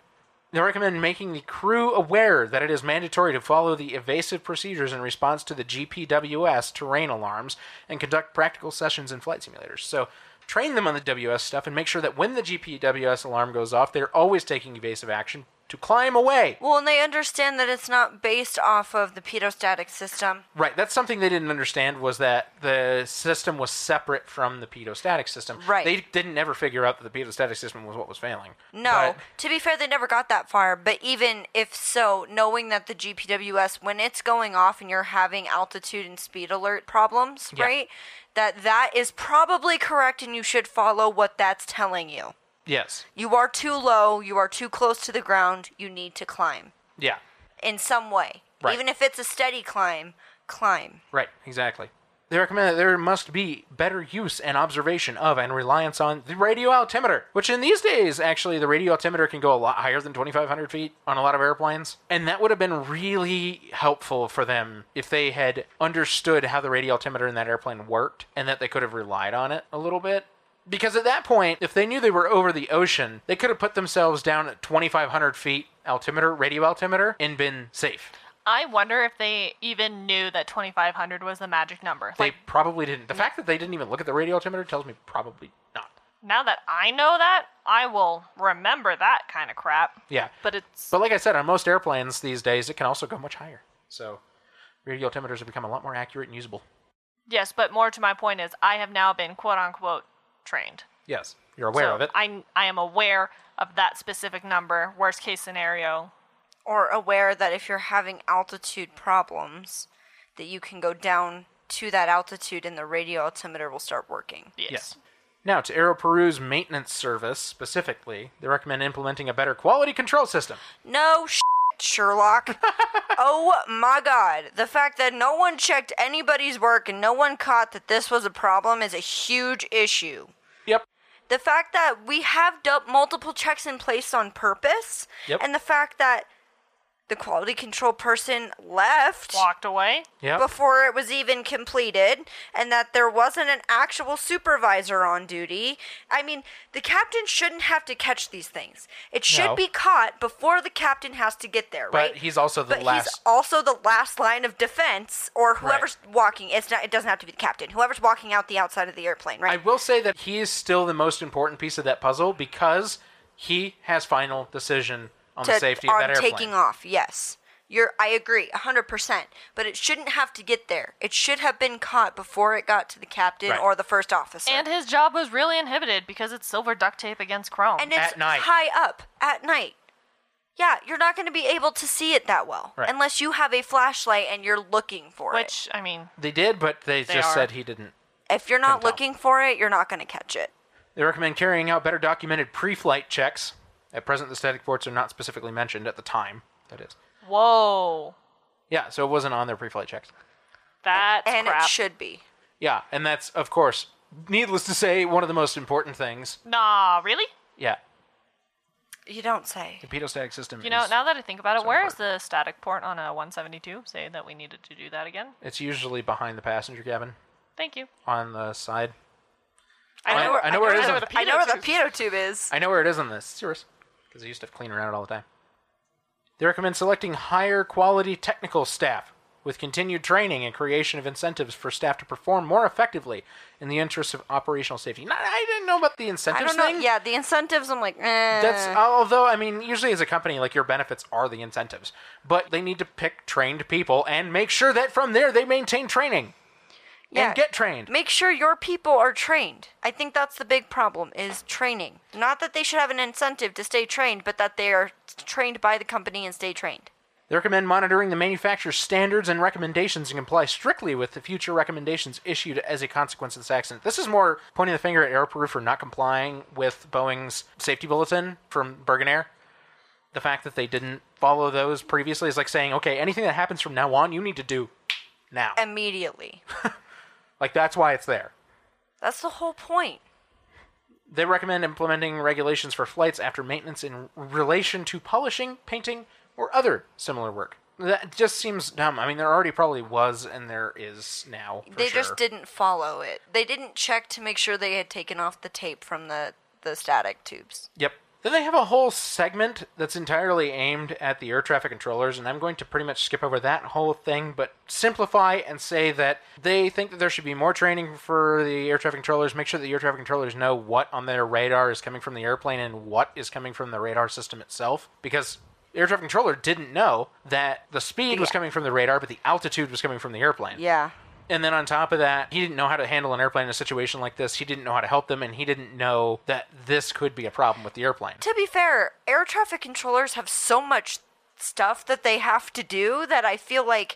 Speaker 2: They recommend making the crew aware that it is mandatory to follow the evasive procedures in response to the GPWS terrain alarms and conduct practical sessions in flight simulators. So train them on the WS stuff and make sure that when the GPWS alarm goes off, they're always taking evasive action to climb away.
Speaker 3: Well, and they understand that it's not based off of the pedostatic system.
Speaker 2: Right, that's something they didn't understand was that the system was separate from the pedostatic system.
Speaker 3: Right.
Speaker 2: They didn't ever figure out that the pedostatic system was what was failing.
Speaker 3: No. to be fair, they never got that far. But even if so, knowing that the GPWS, when it's going off and you're having altitude and speed alert problems,
Speaker 2: Yeah.
Speaker 3: right? That that is probably correct, and you should follow what that's telling you.
Speaker 2: But yes.
Speaker 3: You are too low. You are too close to the ground. You need to climb
Speaker 2: Yeah.
Speaker 3: in some way,
Speaker 2: Right.
Speaker 3: even if it's a steady climb. Climb.
Speaker 2: Right, exactly. They recommend that there must be better use and observation of and reliance on the radio altimeter, which in these days, actually, the radio altimeter can go a lot higher than 2,500 feet on a lot of airplanes. And that would have been really helpful for them if they had understood how the radio altimeter in that airplane worked and that they could have relied on it a little bit. Because at that point, if they knew they were over the ocean, they could have put themselves down at 2,500 feet altimeter, radio altimeter, and been safe.
Speaker 1: I wonder if they even knew that 2500 was the magic number.
Speaker 2: They
Speaker 1: Like
Speaker 2: probably didn't. The fact that they didn't even look at the radio altimeter tells me probably not.
Speaker 1: now that I know that, I will remember that kind of crap.
Speaker 2: Yeah.
Speaker 1: But it's
Speaker 2: But like I said, on most airplanes these days, it can also go much higher. So radio altimeters have become a lot more accurate and usable.
Speaker 1: yes, but more to my point is I have now been quote unquote trained.
Speaker 2: Yes. You're aware
Speaker 1: so
Speaker 2: of it.
Speaker 1: I I am aware of that specific number. Worst case scenario,
Speaker 3: Or aware that if you're having altitude problems, that you can go down to that altitude, and the radio altimeter will start working.
Speaker 1: yes.
Speaker 2: Yes. Now, to AeroPeru's maintenance service specifically, they recommend implementing a better quality control system.
Speaker 3: No shit, Sherlock. oh my god. The fact that no one checked anybody's work and no one caught that this was a problem is a huge issue.
Speaker 2: Yep.
Speaker 3: The fact that we have du- multiple checks in place on purpose,
Speaker 2: Yep.
Speaker 3: and the fact that the quality control person left
Speaker 1: Walked away.
Speaker 2: Yep.
Speaker 3: before it was even completed, and that there wasn't an actual supervisor on duty. I mean, the captain shouldn't have to catch these things. It should
Speaker 2: No.
Speaker 3: be caught before the captain has to get there,
Speaker 2: But
Speaker 3: right?
Speaker 2: he's also the
Speaker 3: But
Speaker 2: last-
Speaker 3: He's also the last line of defense, or whoever's walking. It's not. It doesn't have to be the captain. Whoever's walking out the outside of the airplane,
Speaker 2: I
Speaker 3: right?
Speaker 2: will say that he is still the most important piece of that puzzle because he has final decision on the
Speaker 3: to-
Speaker 2: safety
Speaker 3: on
Speaker 2: of that airplane.
Speaker 3: taking off. Yes. You're, I agree, 100%. But it shouldn't have to get there. It should have been caught before it got to the captain
Speaker 2: Right.
Speaker 3: or the first officer.
Speaker 1: And his job was really inhibited because it's silver duct tape against chrome.
Speaker 3: and it's
Speaker 2: At night.
Speaker 3: high up at night. Yeah, you're not going to be able to see it that well
Speaker 2: Right.
Speaker 3: unless you have a flashlight and you're looking for
Speaker 1: which I mean,
Speaker 2: They did, but they, just
Speaker 1: are.
Speaker 2: said he didn't
Speaker 3: it. If you're not
Speaker 2: tell.
Speaker 3: looking for it, you're not going to catch it.
Speaker 2: They recommend carrying out better documented pre flight checks. At present, the static ports are not specifically mentioned at the time. That is.
Speaker 1: whoa,
Speaker 2: Yeah, so it wasn't on their pre flight checks.
Speaker 1: that's
Speaker 3: and
Speaker 1: crap.
Speaker 3: it should be.
Speaker 2: Yeah, and that's, of course, needless to say, one of the most important things.
Speaker 1: Nah, really?
Speaker 2: Yeah,
Speaker 3: You don't say.
Speaker 2: the pedostatic system
Speaker 1: You know,
Speaker 2: is.
Speaker 1: now that I think about it,
Speaker 2: so
Speaker 1: where is the static port on a 172? Say that we needed to do that again.
Speaker 2: it's usually behind the passenger cabin
Speaker 1: Thank you.
Speaker 2: on the side.
Speaker 1: I
Speaker 2: know- I know where it is on-
Speaker 1: the
Speaker 3: I know where the
Speaker 1: pedo tube-
Speaker 3: pedo tube is.
Speaker 2: I know where it is on this. It's yours. Because I used to clean around it all the time. They recommend selecting higher quality technical staff with continued training and creation of incentives for staff to perform more effectively in the interests of operational safety. Now, I didn't know about the
Speaker 3: I
Speaker 2: incentives
Speaker 3: don't know.
Speaker 2: thing.
Speaker 3: Yeah, the incentives. I'm like, eh.
Speaker 2: That's uh, although I mean usually as a company like your benefits are the incentives, but they need to pick trained people and make sure that from there they maintain training
Speaker 3: yeah.
Speaker 2: and get trained.
Speaker 3: Make sure your people are trained. I think that's the big problem is training. Not that they should have an incentive to stay trained, but that they are trained by the company and stay trained.
Speaker 2: They recommend monitoring the manufacturer's standards and recommendations and comply strictly with the future recommendations issued as a consequence of this accident. This is more pointing the finger at Aeroperu for not complying with Boeing's safety bulletin from Bergen Air. The fact that they didn't follow those previously is like saying, okay, anything that happens from now on, you need to do now.
Speaker 3: Immediately.
Speaker 2: Like, that's why it's there.
Speaker 3: That's the whole point.
Speaker 2: They recommend implementing regulations for flights after maintenance in relation to polishing, painting, or other similar work. That just seems dumb. I mean, there already probably was, and there is now. for
Speaker 3: they
Speaker 2: sure.
Speaker 3: just didn't follow it. They didn't check to make sure they had taken off the tape from the, the static tubes.
Speaker 2: Yep. Then they have a whole segment that's entirely aimed at the air traffic controllers, and I'm going to pretty much skip over that whole thing, but simplify and say that they think that there should be more training for the air traffic controllers. Make sure the air traffic controllers know what on their radar is coming from the airplane and what is coming from the radar system itself, because the air traffic controller didn't know that the speed was coming from the radar, but the altitude was coming from the airplane.
Speaker 3: Yeah.
Speaker 2: And then on top of that, he didn't know how to handle an airplane in a situation like this. He didn't know how to help them, and he didn't know that this could be a problem with the airplane.
Speaker 3: To be fair, air traffic controllers have so much stuff that they have to do that I feel like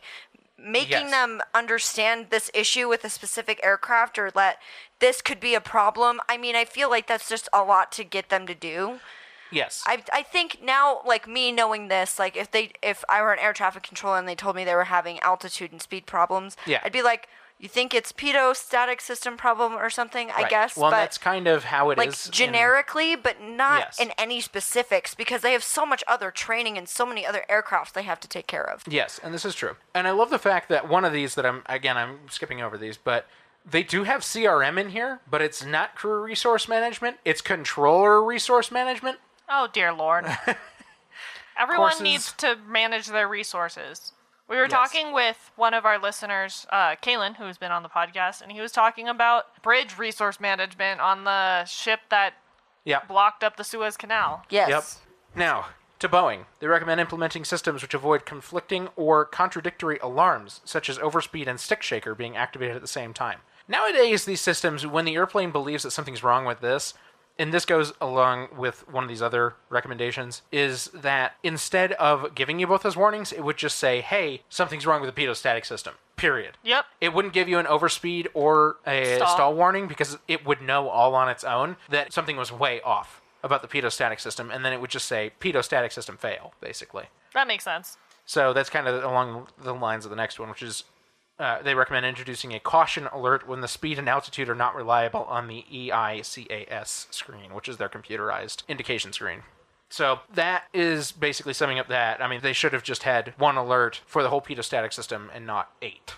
Speaker 3: making
Speaker 2: Yes.
Speaker 3: them understand this issue with a specific aircraft or that this could be a problem. I mean, I feel like that's just a lot to get them to do.
Speaker 2: Yes.
Speaker 3: I, I think now like me knowing this like if they if I were an air traffic controller and they told me they were having altitude and speed problems
Speaker 2: Yeah.
Speaker 3: I'd be like you think it's pedo static system problem or something I
Speaker 2: Right.
Speaker 3: guess
Speaker 2: Well,
Speaker 3: but
Speaker 2: that's kind of how it is.
Speaker 3: like
Speaker 2: in-
Speaker 3: generically but not
Speaker 2: Yes.
Speaker 3: in any specifics because they have so much other training and so many other aircrafts they have to take care of
Speaker 2: yes, and this is true. And I love the fact that one of these that I'm again I'm skipping over these, but they do have CRM in here, but it's not crew resource management. It's controller resource management.
Speaker 1: Oh dear lord. [LAUGHS] Everyone
Speaker 2: Courses.
Speaker 1: needs to manage their resources. We were talking with one of our listeners, uh, Kalen, who's been on the podcast, and he was talking about bridge resource management on the ship that
Speaker 2: Yeah.
Speaker 1: blocked up the Suez Canal.
Speaker 3: yes
Speaker 2: Yep. Now, to Boeing, they recommend implementing systems which avoid conflicting or contradictory alarms, such as overspeed and stick shaker being activated at the same time. Nowadays, these systems, when the airplane believes that something's wrong with this, and this goes along with one of these other recommendations, is that instead of giving you both those warnings, it would just say, hey, something's wrong with the pedostatic system, period.
Speaker 1: Yep.
Speaker 2: It wouldn't give you an overspeed or a
Speaker 1: Stall.
Speaker 2: stall warning because it would know all on its own that something was way off about the pedostatic system, and then it would just say pedostatic system fail, basically.
Speaker 1: That makes sense.
Speaker 2: So that's kind of along the lines of the next one, which is uh, they recommend introducing a caution alert when the speed and altitude are not reliable on the E EICAS screen, which is their computerized indication screen. So that is basically summing up that. I mean, they should have just had one alert for the whole pedostatic system and not eight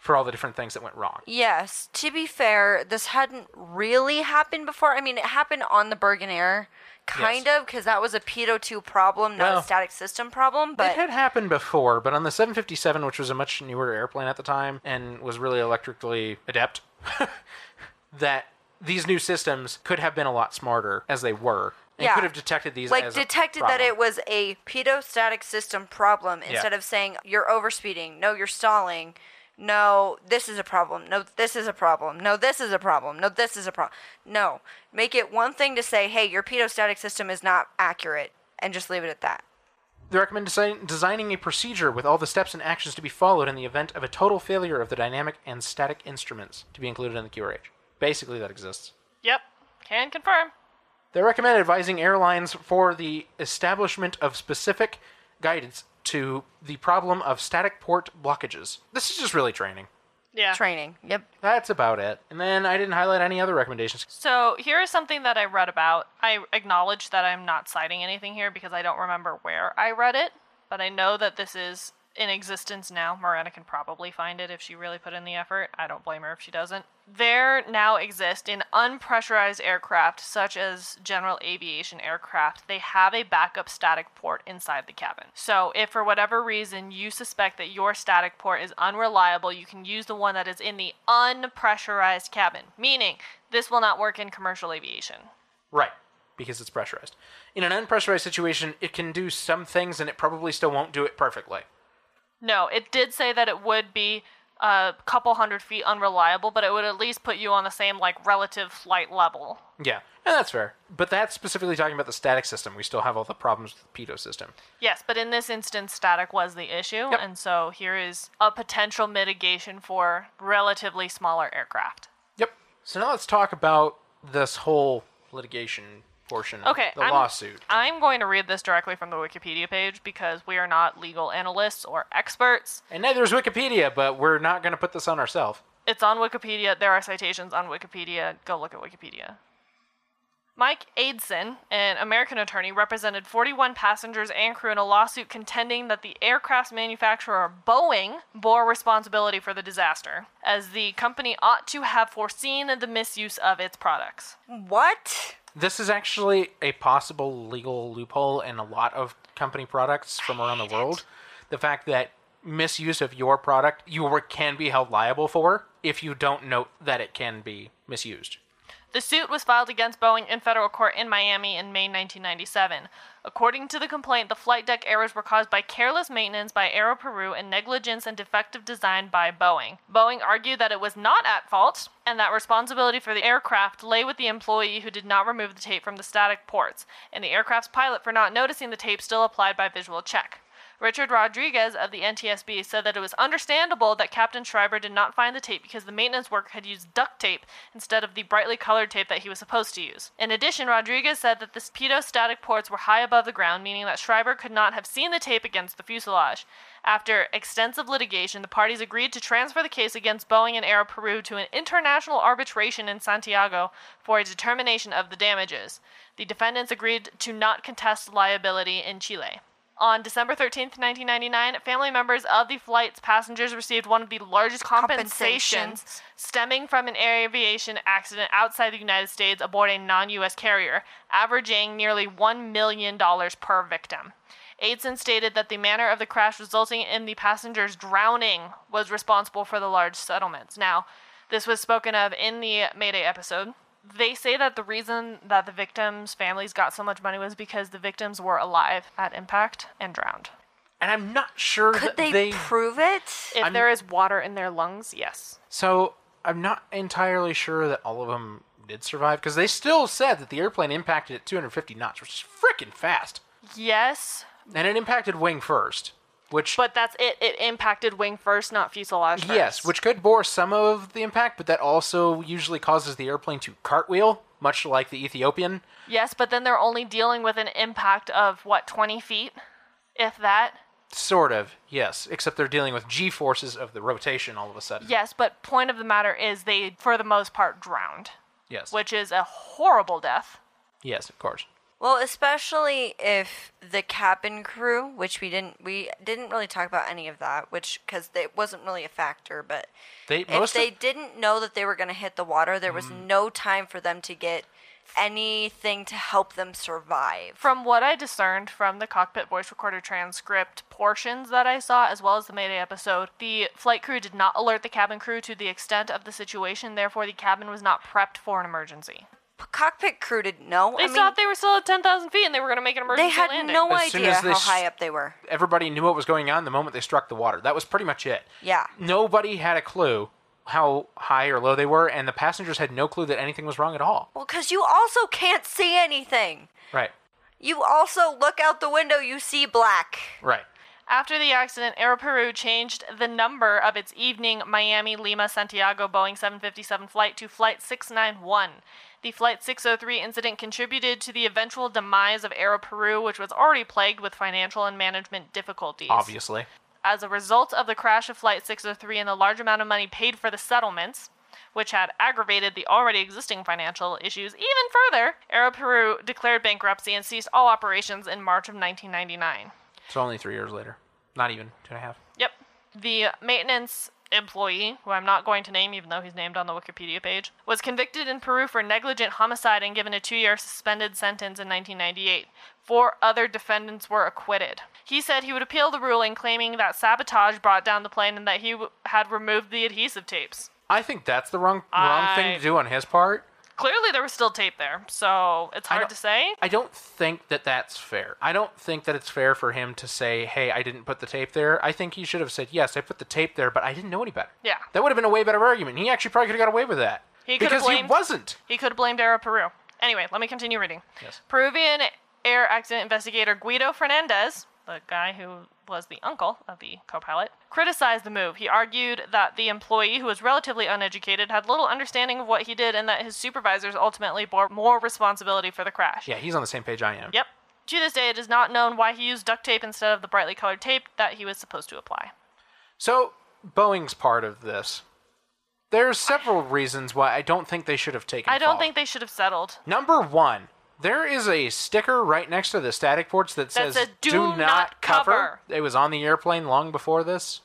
Speaker 2: for all the different things that went wrong.
Speaker 3: Yes, to be fair, this hadn't really happened before. I mean, it happened on the Bergen Air, kind
Speaker 2: Yes.
Speaker 3: of, because that was a Pedo 2 problem, not
Speaker 2: Well,
Speaker 3: a static system problem. But
Speaker 2: it had happened before, but on the 757, which was a much newer airplane at the time and was really electrically adept, [LAUGHS] that these new systems could have been a lot smarter as they were. And
Speaker 3: Yeah.
Speaker 2: could have detected these
Speaker 3: like
Speaker 2: as a
Speaker 3: detected that
Speaker 2: problem.
Speaker 3: it was a pedo static system problem instead of saying you're overspeeding, no, you're stalling, no, this is a problem, no, this is a problem, no, this is a problem, no, this is a problem. No, make it one thing to say, hey, your pedo static system is not accurate, and just leave it at that.
Speaker 2: They recommend design- designing a procedure with all the steps and actions to be followed in the event of a total failure of the dynamic and static instruments to be included in the QRH. Basically, that exists.
Speaker 1: Yep. Can confirm.
Speaker 2: They recommend advising airlines for the establishment of specific guidance to the problem of static port blockages. This is just really training.
Speaker 1: Yeah.
Speaker 3: Training. Yep.
Speaker 2: That's about it. And then I didn't highlight any other recommendations.
Speaker 1: So here is something that I read about. I acknowledge that I'm not citing anything here because I don't remember where I read it, but I know that this is in existence now. Miranda can probably find it if she really put in the effort. I don't blame her if she doesn't. There now exist in unpressurized aircraft, such as general aviation aircraft, they have a backup static port inside the cabin. So, if for whatever reason you suspect that your static port is unreliable, you can use the one that is in the unpressurized cabin, meaning this will not work in commercial aviation.
Speaker 2: Right, because it's pressurized. In an unpressurized situation, it can do some things and it probably still won't do it perfectly.
Speaker 1: No, it did say that it would be a couple hundred feet unreliable, but it would at least put you on the same like relative flight level.
Speaker 2: Yeah, and that's fair. But that's specifically talking about the static system. We still have all the problems with the pedo system.
Speaker 1: Yes, but in this instance, static was the issue, and so here is a potential mitigation for relatively smaller aircraft.
Speaker 2: Yep. So now let's talk about this whole litigation portion of
Speaker 1: Okay,
Speaker 2: the
Speaker 1: I'm,
Speaker 2: lawsuit.
Speaker 1: I'm going to read this directly from the Wikipedia page because we are not legal analysts or experts.
Speaker 2: And neither is Wikipedia, but we're not going to put this on ourselves.
Speaker 1: It's on Wikipedia. There are citations on Wikipedia. Go look at Wikipedia. Mike Aidson, an American attorney, represented 41 passengers and crew in a lawsuit contending that the aircraft's manufacturer, Boeing, bore responsibility for the disaster, as the company ought to have foreseen the misuse of its products.
Speaker 3: What?
Speaker 2: This is actually a possible legal loophole in a lot of company products from around the world. The fact that misuse of your product you were- can be held liable for if you don't note that it can be misused.
Speaker 1: The suit was filed against Boeing in federal court in Miami in May 1997. According to the complaint, the flight deck errors were caused by careless maintenance by Aero Peru and negligence and defective design by Boeing. Boeing argued that it was not at fault and that responsibility for the aircraft lay with the employee who did not remove the tape from the static ports, and the aircraft's pilot for not noticing the tape still applied by visual check. Richard Rodriguez of the NTSB said that it was understandable that Captain Schreiber did not find the tape because the maintenance worker had used duct tape instead of the brightly colored tape that he was supposed to use. In addition, Rodriguez said that the pedo static ports were high above the ground, meaning that Schreiber could not have seen the tape against the fuselage. After extensive litigation, the parties agreed to transfer the case against Boeing and Aero Peru to an international arbitration in Santiago for a determination of the damages. The defendants agreed to not contest liability in Chile. On December 13th, 1999, family members of the flight's passengers received one of the largest compensations,
Speaker 3: Compensations.
Speaker 1: stemming from an aviation accident outside the United States aboard a non U.S. carrier, averaging nearly $1 million per victim. Aidson stated that the manner of the crash resulting in the passengers drowning was responsible for the large settlements. Now, this was spoken of in the Mayday episode. They say that the reason that the victims' families got so much money was because the victims were alive at impact and drowned.
Speaker 2: And I'm not sure
Speaker 3: Could
Speaker 2: that
Speaker 3: they,
Speaker 2: they
Speaker 3: prove it?
Speaker 1: If there is water in their lungs, yes.
Speaker 2: So I'm not entirely sure that all of them did survive because they still said that the airplane impacted at 250 knots, which is freaking fast,
Speaker 1: Yes,
Speaker 2: and it impacted wing first, which
Speaker 1: but that's it. It impacted wing first, not fuselage first.
Speaker 2: yes, which could bore some of the impact, but that also usually causes the airplane to cartwheel, much like the Ethiopian.
Speaker 1: Yes, but then they're only dealing with an impact of, what, 20 feet? If that?
Speaker 2: Sort of, yes, except they're dealing with g forces of the rotation all of a sudden.
Speaker 1: Yes, but point of the matter is they, for the most part, drowned,
Speaker 2: Yes,
Speaker 1: which is a horrible death.
Speaker 2: yes, of course.
Speaker 3: Well, especially if the cabin crew, which we didn't we didn't really talk about any of that, which because it wasn't really a factor, but
Speaker 2: They
Speaker 3: if
Speaker 2: most of-
Speaker 3: they didn't know that they were going to hit the water, there was
Speaker 2: Hmm.
Speaker 3: no time for them to get anything to help them survive.
Speaker 1: From what I discerned from the cockpit voice recorder transcript portions that I saw, as well as the Mayday episode, the flight crew did not alert the cabin crew to the extent of the situation, therefore, the cabin was not prepped for an emergency.
Speaker 3: P- cockpit crew didn't know.
Speaker 1: They
Speaker 3: I mean,
Speaker 1: thought they were still at 10,000 feet and they were going to make an
Speaker 3: they
Speaker 1: emergency
Speaker 3: had
Speaker 1: landing.
Speaker 3: no
Speaker 2: As soon
Speaker 3: idea
Speaker 2: as they
Speaker 3: how
Speaker 2: s-
Speaker 3: high up they were.
Speaker 2: everybody knew what was going on the moment they struck the water. That was pretty much it.
Speaker 3: Yeah.
Speaker 2: Nobody had a clue how high or low they were, and the passengers had no clue that anything was wrong at all.
Speaker 3: Well, because you also can't see anything.
Speaker 2: Right.
Speaker 3: You also look out the window, you see black.
Speaker 2: Right.
Speaker 1: After the accident, Air Peru changed the number of its evening Miami Lima Santiago Boeing 757 flight to Flight 691. The Flight 603 incident contributed to the eventual demise of Aero Peru, which was already plagued with financial and management difficulties.
Speaker 2: Obviously.
Speaker 1: As a result of the crash of Flight 603 and the large amount of money paid for the settlements, which had aggravated the already existing financial issues even further, Aero Peru declared bankruptcy and ceased all operations in March of 1999.
Speaker 2: It's only three years later. Not even two and a half.
Speaker 1: Yep. The maintenance employee, who I'm not going to name even though he's named on the Wikipedia page, was convicted in Peru for negligent homicide and given a two year suspended sentence in 1998. Four other defendants were acquitted. He said he would appeal the ruling, claiming that sabotage brought down the plane and that he w- had removed the adhesive tapes.
Speaker 2: I think that's the wrong wrong thing
Speaker 1: I-
Speaker 2: to do on his part.
Speaker 1: Clearly, there was still tape there, so it's hard
Speaker 2: don't-
Speaker 1: to say.
Speaker 2: I don't think that that's fair. I don't think that it's fair for him to say, "Hey, I didn't put the tape there." I think he should have said, "Yes, I put the tape there, but I didn't know any better."
Speaker 1: Yeah.
Speaker 2: that would have been a way better argument. He actually probably could have got away with that
Speaker 1: He could have
Speaker 2: because he
Speaker 1: blamed-
Speaker 2: wasn't.
Speaker 1: He could have blamed Aero Peru. Anyway, let me continue reading.
Speaker 2: Yes.
Speaker 1: Peruvian air accident investigator Guido Fernandez, the guy who was the uncle of the co pilot, criticized the move. He argued that the employee, who was relatively uneducated, had little understanding of what he did and that his supervisors ultimately bore more responsibility for the crash.
Speaker 2: Yeah, he's on the same page I am.
Speaker 1: Yep. To this day, it is not known why he used duct tape instead of the brightly colored tape that he was supposed to apply.
Speaker 2: So Boeing's part of this. There's several reasons why I don't think they should have taken.
Speaker 1: I don't
Speaker 2: fault.
Speaker 1: think they should have settled.
Speaker 2: Number one, there is a sticker right next to the static ports that says
Speaker 1: said, "Do
Speaker 2: not,
Speaker 1: not cover."
Speaker 2: It was on the airplane long before this.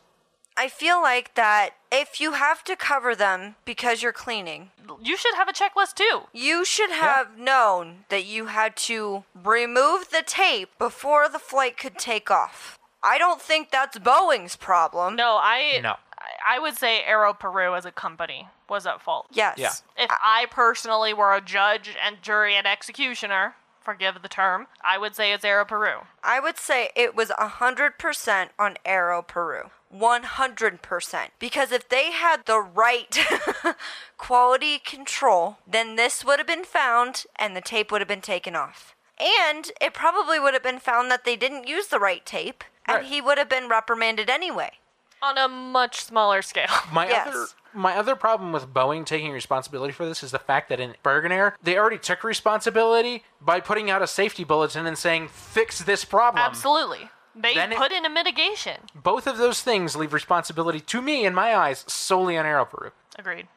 Speaker 3: I feel like that if you have to cover them because you're cleaning,
Speaker 1: You should have a checklist too.
Speaker 3: you should have known that you had to remove the tape before the flight could take off. I don't think that's Boeing's problem.
Speaker 1: No, I.
Speaker 2: No.
Speaker 1: I- I would say Aero Peru as a company was at fault.
Speaker 3: Yes.
Speaker 2: Yeah.
Speaker 1: If I personally were a judge and jury and executioner, forgive the term, I would say it's Aero Peru.
Speaker 3: I would say it was 100% on Aero Peru. 100%. Because if they had the right [LAUGHS] quality control, then this would have been found and the tape would have been taken off. And it probably would have been found that they didn't use the right tape and
Speaker 2: Right.
Speaker 3: he would have been reprimanded anyway.
Speaker 1: On a much smaller
Speaker 2: [LAUGHS]
Speaker 1: scale.
Speaker 2: My
Speaker 3: Yes.
Speaker 2: other my other problem with Boeing taking responsibility for this is the fact that in Bergenair, they already took responsibility by putting out a safety bulletin and saying fix this problem.
Speaker 1: Absolutely. They
Speaker 2: then it-
Speaker 1: put in a mitigation.
Speaker 2: Both of those things leave responsibility to me in my eyes solely on Aeroperu.
Speaker 1: Agreed.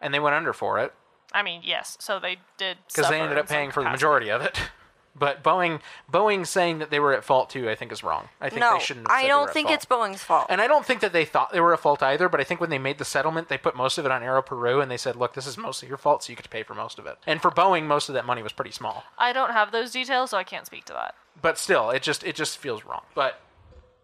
Speaker 2: And they went under for it
Speaker 1: I mean, yes. So they did.
Speaker 2: because
Speaker 1: suffer
Speaker 2: they ended
Speaker 1: in
Speaker 2: up
Speaker 1: some
Speaker 2: paying for the
Speaker 1: capacity.
Speaker 2: majority of it. [LAUGHS] But Boeing Boeing saying that they were at fault too, I think is wrong. I think
Speaker 3: No,
Speaker 2: they shouldn't have said
Speaker 3: I
Speaker 2: they were
Speaker 3: don't
Speaker 2: at
Speaker 3: think
Speaker 2: fault.
Speaker 3: it's Boeing's fault.
Speaker 2: And I don't think that they thought they were at fault either, but I think when they made the settlement, they put most of it on Aero Peru and they said, look, this is mostly your fault, so you get to pay for most of it. And for Boeing, most of that money was pretty small.
Speaker 1: I don't have those details, so I can't speak to that.
Speaker 2: But still, it just it just feels wrong. But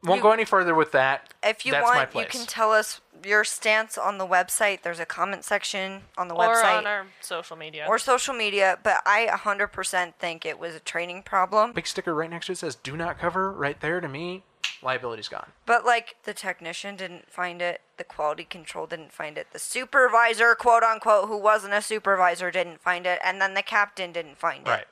Speaker 2: won't go any further with that.
Speaker 3: if you
Speaker 2: That's my
Speaker 3: want, you
Speaker 2: place.
Speaker 3: can tell us your stance on the website. There's a comment section on the
Speaker 1: Or
Speaker 3: website.
Speaker 1: on our social media.
Speaker 3: or social media, but I 100% think it was a training problem.
Speaker 2: Big sticker right next to it says do not cover right there to me. Liability's gone.
Speaker 3: But like the technician didn't find it, the quality control didn't find it, the supervisor, quote unquote, who wasn't a supervisor didn't find it, and then the captain didn't find it.
Speaker 2: Right.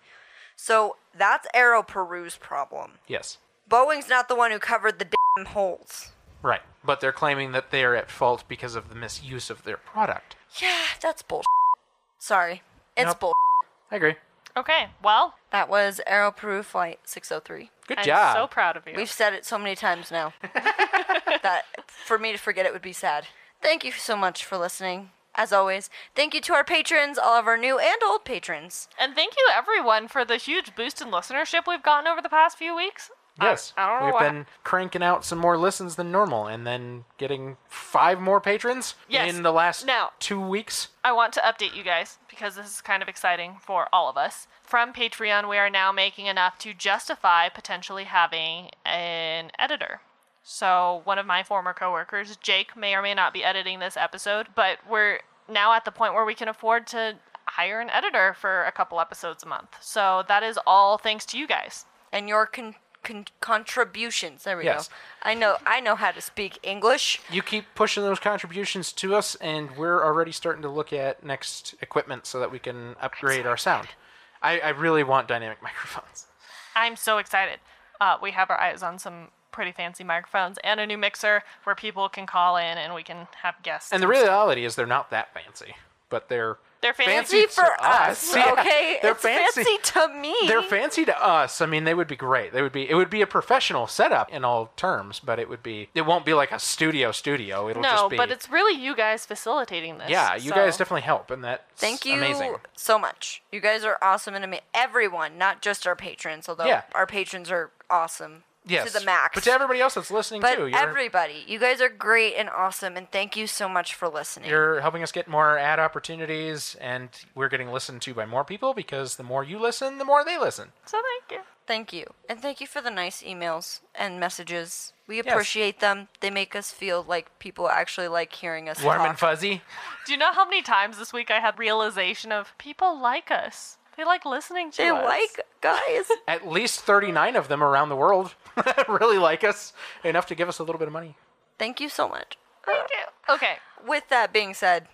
Speaker 3: So that's Aero Peru's problem.
Speaker 2: Yes.
Speaker 3: Boeing's not the one who covered the damn holes.
Speaker 2: Right. But they're claiming that they are at fault because of the misuse of their product.
Speaker 3: Yeah, that's bullshit. Sorry. It's
Speaker 2: Nope.
Speaker 3: bull.
Speaker 2: I agree.
Speaker 1: okay. Well,
Speaker 3: That was Aero Peru Flight 603.
Speaker 2: Good
Speaker 1: I'm
Speaker 2: job.
Speaker 1: so proud of you.
Speaker 3: We've said it so many
Speaker 2: [LAUGHS]
Speaker 3: times now that for me to forget it would be sad. Thank you so much for listening. As always, thank you to our patrons, all of our new and old patrons.
Speaker 1: And thank you everyone for the huge boost in listenership we've gotten over the past few weeks. I-
Speaker 2: Yes.
Speaker 1: I, don't know
Speaker 2: We've
Speaker 1: why.
Speaker 2: been cranking out some more listens than normal and then getting five more patrons
Speaker 1: Yes.
Speaker 2: in the last
Speaker 1: Now-
Speaker 2: two weeks.
Speaker 1: I want to update you guys because this is kind of exciting for all of us. From Patreon, we are now making enough to justify potentially having an editor. So, one of my former coworkers, Jake, may or may not be editing this episode, but we're now at the point where we can afford to hire an editor for a couple episodes a month. So, that is all thanks to you guys.
Speaker 3: and your con- con- contributions. There we
Speaker 2: Yes.
Speaker 3: go. I know I know how to speak English.
Speaker 2: [LAUGHS] You keep pushing those contributions to us, and we're already starting to look at next equipment so that we can upgrade our sound. I, I really want
Speaker 1: [LAUGHS]
Speaker 2: dynamic microphones.
Speaker 1: I'm so excited. Uh, we have our eyes on some pretty fancy microphones and a new mixer where people can call in and we can have guests.
Speaker 2: And the reality is, they're not that fancy, but they're
Speaker 1: They're fancy
Speaker 3: See
Speaker 2: to
Speaker 3: for us,
Speaker 2: [LAUGHS] Yeah.
Speaker 3: okay?
Speaker 2: They're
Speaker 3: it's fancy. to me.
Speaker 2: They're fancy to us. I mean, they would be great. They would be. It would be a professional setup in all terms, but it would be. It won't be like a studio studio. It'll
Speaker 1: no,
Speaker 2: just be.
Speaker 1: but it's really you guys facilitating this.
Speaker 2: yeah. You
Speaker 1: so-
Speaker 2: guys definitely help, and that's
Speaker 3: Thank you
Speaker 2: Amazing.
Speaker 3: so much. You guys are awesome and amazing. Everyone, not just our patrons, although
Speaker 2: Yeah.
Speaker 3: our patrons are awesome
Speaker 2: yes.
Speaker 3: to the max.
Speaker 2: But to everybody else that's listening
Speaker 3: But
Speaker 2: too, you're,
Speaker 3: everybody, you guys are great and awesome, and thank you so much for listening.
Speaker 2: you're helping us get more ad opportunities, and we're getting listened to by more people because the more you listen, the more they listen.
Speaker 1: So thank you.
Speaker 3: Thank you. And thank you for the nice emails and messages. We appreciate them. They make us feel like people actually like hearing us
Speaker 2: Warm
Speaker 3: talk.
Speaker 2: and fuzzy.
Speaker 1: Do you know how many times this week I had realization of people like us? They like listening to
Speaker 3: They
Speaker 1: us.
Speaker 3: like guys. [LAUGHS]
Speaker 2: At least 39 of them around the world [LAUGHS] really like us enough to give us a little bit of money.
Speaker 3: thank you so much.
Speaker 1: Thank you. Okay.
Speaker 3: With that being said,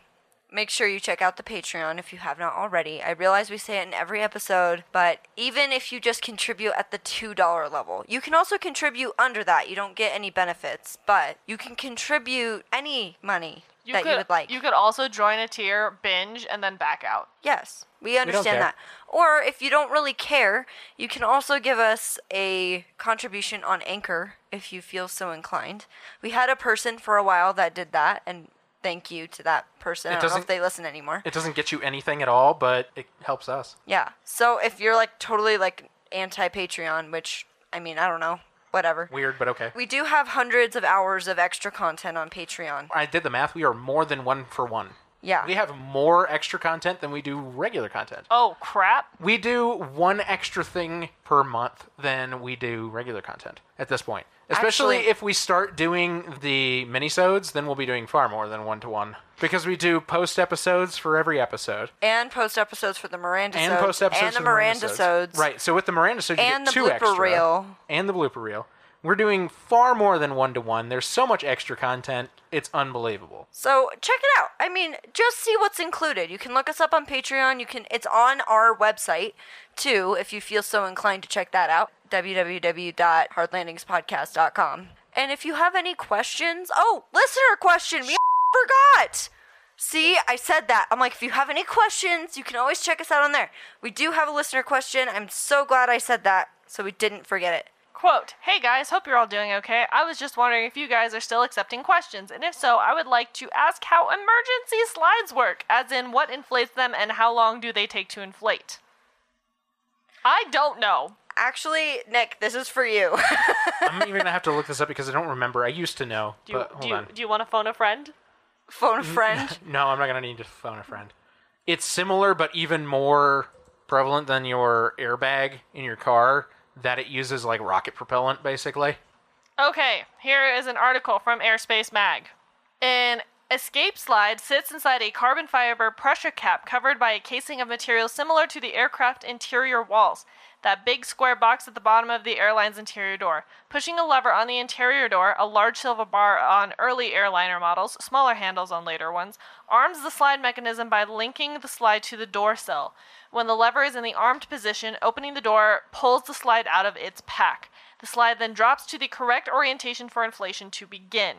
Speaker 3: make sure you check out the Patreon if you have not already. I realize we say it in every episode, but even if you just contribute at the $2 level, you can also contribute under that. You don't get any benefits, but you can contribute any money that
Speaker 1: could,
Speaker 3: you would like.
Speaker 1: You could also join a tier, binge, and then back out.
Speaker 3: Yes, we understand
Speaker 2: care.
Speaker 3: that. Or if you don't really care, you can also give us a contribution on Anchor if you feel so inclined. We had a person for a while that did that, and thank you to that person.
Speaker 2: It
Speaker 3: I don't know
Speaker 2: doesn't-
Speaker 3: if they listen anymore.
Speaker 2: It doesn't get you anything at all, but it helps us.
Speaker 3: yeah. So if you're like totally like anti Patreon, which I mean, I don't know, whatever.
Speaker 2: Weird, but okay.
Speaker 3: We do have hundreds of hours of extra content on Patreon.
Speaker 2: I did the math. We are more than one for one.
Speaker 3: Yeah.
Speaker 2: We have more extra content than we do regular content.
Speaker 1: Oh crap!
Speaker 2: We do one extra thing per month than we do regular content at this point. Especially
Speaker 3: Actually-
Speaker 2: if we start doing the minisodes, then we'll be doing far more than one to one because we do post episodes for every episode
Speaker 3: and post episodes for the Miranda
Speaker 2: and post episodes
Speaker 3: and the
Speaker 2: for the
Speaker 3: Miranda sodes.
Speaker 2: Right. So with the Miranda you
Speaker 3: And
Speaker 2: get
Speaker 3: the
Speaker 2: two
Speaker 3: blooper
Speaker 2: extra
Speaker 3: reel.
Speaker 2: and the blooper reel. We're doing far more than one to one. There's so much extra content. It's unbelievable.
Speaker 3: So check it out. I mean, just see what's included. You can look us up on Patreon. You can it's on our website too, if you feel so inclined to check that out. www.hardlandingspodcast.com. And if you have any questions, oh, listener question, we [LAUGHS] forgot. See, I said that. I'm like, if you have any questions, you can always check us out on there. We do have a listener question. I'm so glad I said that, so we didn't forget it.
Speaker 1: Quote: Hey guys, hope you're all doing okay. I was just wondering if you guys are still accepting questions, and if so, I would like to ask how emergency slides work, as in what inflates them and how long do they take to inflate. I don't know.
Speaker 3: Actually, Nick, this is for you. [LAUGHS]
Speaker 2: I'm even gonna have to look this up because I don't remember. I used to know,
Speaker 1: Do you,
Speaker 2: but hold
Speaker 1: do, you,
Speaker 2: on.
Speaker 1: do you want to phone a friend?
Speaker 3: Phone a friend.
Speaker 2: No, I'm not gonna need to phone a friend. It's similar, but even more prevalent than your airbag in your car. That it uses like rocket propellant, basically.
Speaker 1: Okay, here is an article from Airspace Mag. An escape slide sits inside a carbon fiber pressure cap covered by a casing of material similar to the aircraft interior walls. That big square box at the bottom of the airline's interior door. Pushing a lever on the interior door, a large silver bar on early airliner models, smaller handles on later ones, arms the slide mechanism by linking the slide to the door sill. When the lever is in the armed position, opening the door pulls the slide out of its pack. The slide then drops to the correct orientation for inflation to begin.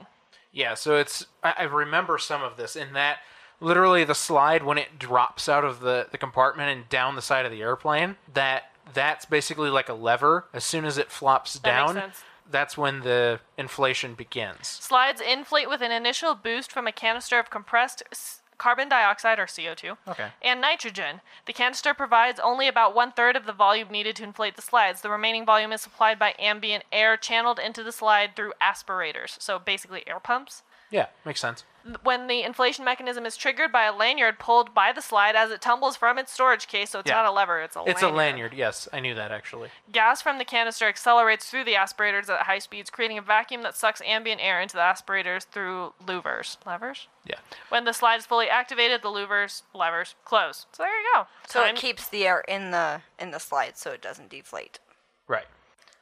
Speaker 2: Yeah, so it's I, I remember some of this in that literally the slide when it drops out of the, the compartment and down the side of the airplane, that that's basically like a lever. As soon as it flops
Speaker 1: That makes
Speaker 2: down,
Speaker 1: sense.
Speaker 2: that's when the inflation begins.
Speaker 1: Slides inflate with an initial boost from a canister of compressed s- carbon dioxide or CO2
Speaker 2: Okay.
Speaker 1: and nitrogen. The canister provides only about one third of the volume needed to inflate the slides. The remaining volume is supplied by ambient air channeled into the slide through aspirators, so basically air pumps.
Speaker 2: Yeah, makes sense.
Speaker 1: When the inflation mechanism is triggered by a lanyard pulled by the slide as it tumbles from its storage case, so it's
Speaker 2: Yeah.
Speaker 1: not a lever, it's a
Speaker 2: It's
Speaker 1: lanyard.
Speaker 2: a lanyard, yes. I knew that actually.
Speaker 1: Gas from the canister accelerates through the aspirators at high speeds, creating a vacuum that sucks ambient air into the aspirators through louvers. Levers?
Speaker 2: Yeah.
Speaker 1: When the slide is fully activated, the louvers, levers close. So there you go.
Speaker 3: So
Speaker 1: I'm-
Speaker 3: it keeps the air in the in the slide, so it doesn't deflate.
Speaker 2: Right.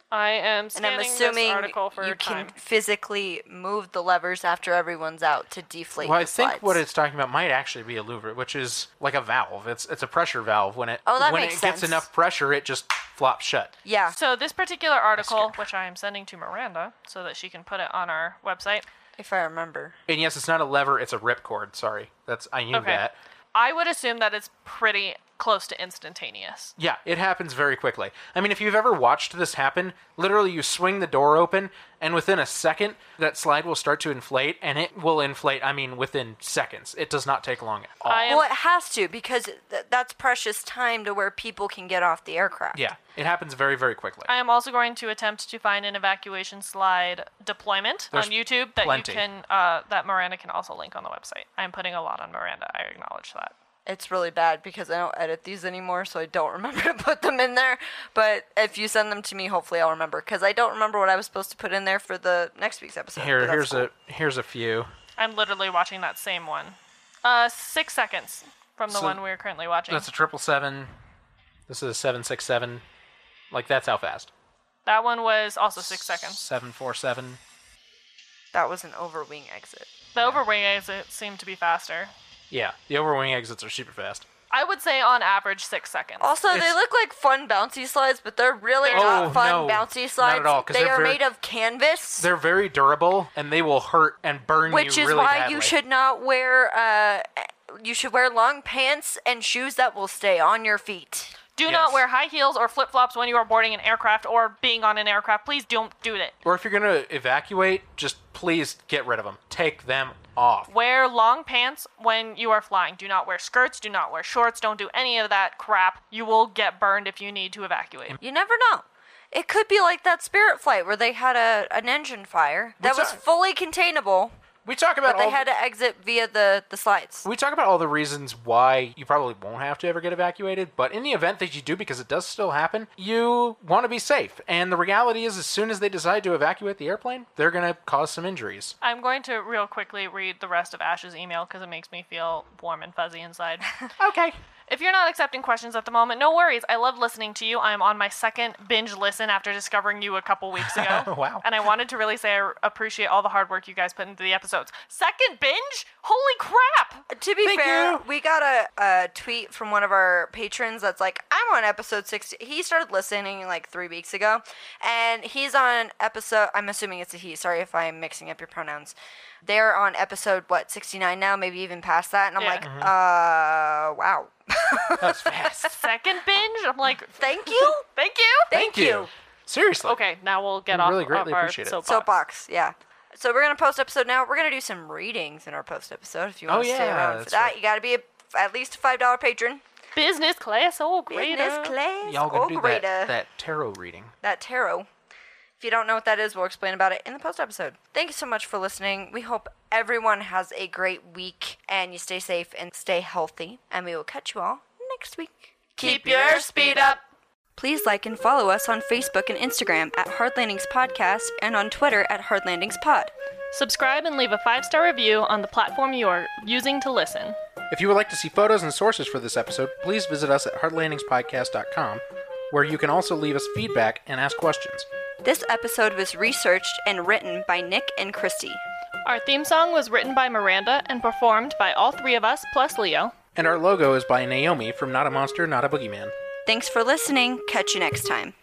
Speaker 1: I am
Speaker 3: And I'm
Speaker 1: scanning this
Speaker 3: assuming
Speaker 1: article for
Speaker 3: you
Speaker 1: time.
Speaker 3: can physically move the levers after everyone's out to deflate.
Speaker 2: Well, I
Speaker 3: the
Speaker 2: think
Speaker 3: slides.
Speaker 2: what it's talking about might actually be a louver, which is like a valve. It's it's a pressure valve. When it
Speaker 3: Oh, that
Speaker 2: when
Speaker 3: makes
Speaker 2: it gets
Speaker 3: sense.
Speaker 2: enough pressure, it just flops shut.
Speaker 3: yeah.
Speaker 1: So this particular article,
Speaker 2: skipped.
Speaker 1: which I am sending to Miranda so that she can put it on our website,
Speaker 3: if I remember,
Speaker 2: And yes, it's not a lever; it's a ripcord. Sorry, that's I knew
Speaker 1: Okay.
Speaker 2: that.
Speaker 1: I would assume that it's pretty close to instantaneous.
Speaker 2: Yeah, it happens very quickly. I mean, if you've ever watched this happen, literally you swing the door open, and within a second, that slide will start to inflate, and it will inflate, I mean, within seconds. It does not take long at all.
Speaker 1: I am
Speaker 3: Well, it has to because th- that's precious time to where people can get off the aircraft.
Speaker 2: yeah, it happens very, very quickly.
Speaker 1: I am also going to attempt to find an evacuation slide deployment
Speaker 2: There's
Speaker 1: on YouTube that
Speaker 2: plenty.
Speaker 1: you can uh, that Miranda can also link on the website. I'm putting a lot on Miranda. I acknowledge that.
Speaker 3: It's really bad because I don't edit these anymore, so I don't [LAUGHS] remember to put them in there. But if you send them to me, hopefully I'll remember because I don't remember what I was supposed to put in there for the next week's episode. but
Speaker 2: Here,
Speaker 3: that's
Speaker 2: here's
Speaker 3: cool.
Speaker 2: a here's a few.
Speaker 1: I'm literally watching that same one. Uh, six seconds from the
Speaker 2: So
Speaker 1: one we're currently watching.
Speaker 2: That's a triple seven. This is a seven six seven. Like that's how fast.
Speaker 1: that one was also six seconds.
Speaker 2: Seven four seven.
Speaker 3: That was an overwing exit.
Speaker 1: The overwing exit seemed to be faster.
Speaker 2: Yeah, the overwing exits are super fast.
Speaker 1: I would say on average six seconds.
Speaker 3: Also, they
Speaker 2: It's-
Speaker 3: look like fun bouncy slides, but they're really
Speaker 1: They're
Speaker 3: not
Speaker 2: not.
Speaker 3: fun
Speaker 2: Oh, no,
Speaker 3: bouncy
Speaker 2: not at
Speaker 3: slides.
Speaker 2: all, 'cause
Speaker 3: they
Speaker 2: they're
Speaker 3: are
Speaker 2: very-
Speaker 3: made of canvas.
Speaker 2: They're very durable and they will hurt and burn you
Speaker 3: which is
Speaker 2: really
Speaker 3: why
Speaker 2: badly.
Speaker 3: you should not wear uh, you should wear long pants and shoes that will stay on your feet
Speaker 1: do
Speaker 2: Yes.
Speaker 1: not wear high heels or flip flops when you are boarding an aircraft or being on an aircraft. Please don't do it.
Speaker 2: Or if you're gonna evacuate, just please get rid of them. Take them off.
Speaker 1: Wear long pants when you are flying. Do not wear skirts. Do not wear shorts. Don't do any of that crap. You will get burned if you need to evacuate.
Speaker 2: Mm-hmm.
Speaker 3: you never know it could be like that spirit flight where they had a an engine fire that
Speaker 2: What's
Speaker 3: was
Speaker 2: that? Oh.
Speaker 3: fully containable
Speaker 2: We talk about
Speaker 3: but they
Speaker 2: all
Speaker 3: had to exit via the the slides
Speaker 2: we talk about all the reasons why you probably won't have to ever get evacuated, but in the event that you do, because it does still happen, you want to be safe. And the reality is, as soon as they decide to evacuate the airplane, they're gonna cause some injuries.
Speaker 1: I'm going to real quickly read the rest of Ash's email because it makes me feel warm and fuzzy inside. [LAUGHS]
Speaker 2: Okay.
Speaker 1: If you're not accepting questions at the moment, no worries. I love listening to you. I am on my second binge listen after discovering you a couple weeks ago.
Speaker 2: [LAUGHS] Wow.
Speaker 1: And I wanted to really say I appreciate all the hard work you guys put into the episodes. Second binge? Holy crap!
Speaker 3: to be
Speaker 2: Thank
Speaker 3: fair,
Speaker 2: you.
Speaker 3: we got a, a tweet from one of our patrons that's like, I'm on episode 60. He started listening like three weeks ago, and he's on episode, I'm assuming it's a he. Sorry if I'm mixing up your pronouns. They're on episode, what, 69 now, maybe even past that. And I'm
Speaker 1: Yeah.
Speaker 3: like,
Speaker 2: Mm-hmm.
Speaker 3: uh, wow.
Speaker 2: [LAUGHS] That's fast.
Speaker 1: Second binge? I'm like,
Speaker 3: Thank you.
Speaker 1: thank you.
Speaker 3: [LAUGHS] Thank, you.
Speaker 2: Seriously.
Speaker 1: Okay, now we'll get off
Speaker 2: really
Speaker 1: of
Speaker 2: greatly
Speaker 1: our
Speaker 2: appreciate it.
Speaker 1: soapbox.
Speaker 3: [LAUGHS] Soapbox, yeah. So we're going to post episode now. We're going to do some readings in our post episode if you want to stay
Speaker 2: Oh, yeah,
Speaker 3: around for
Speaker 2: that's
Speaker 3: that.
Speaker 2: right.
Speaker 3: You got to be a, at least a $5 patron.
Speaker 1: Business class, oh great.
Speaker 3: Business class
Speaker 2: Y'all
Speaker 3: or
Speaker 2: gonna do that,
Speaker 3: greater.
Speaker 2: that tarot reading.
Speaker 3: that tarot. If you don't know what that is, we'll explain about it in the post episode. Thank you so much for listening. We hope everyone has a great week and you stay safe and stay healthy. And we will catch you all next week.
Speaker 1: Keep your speed up.
Speaker 3: Please like and follow us on Facebook and Instagram at Hard Landings Podcast and on Twitter at Hard Landings Pod.
Speaker 1: Subscribe and leave a five star review on the platform you are using to listen.
Speaker 2: If you would like to see photos and sources for this episode, please visit us at heartlandingspodcast.com, where you can also leave us feedback and ask questions.
Speaker 3: This episode was researched and written by Nick and Christy.
Speaker 1: Our theme song was written by Miranda and performed by all three of us plus Leo.
Speaker 2: And our logo is by Naomi from Not a Monster, Not a Boogeyman.
Speaker 3: Thanks for listening. Catch you next time.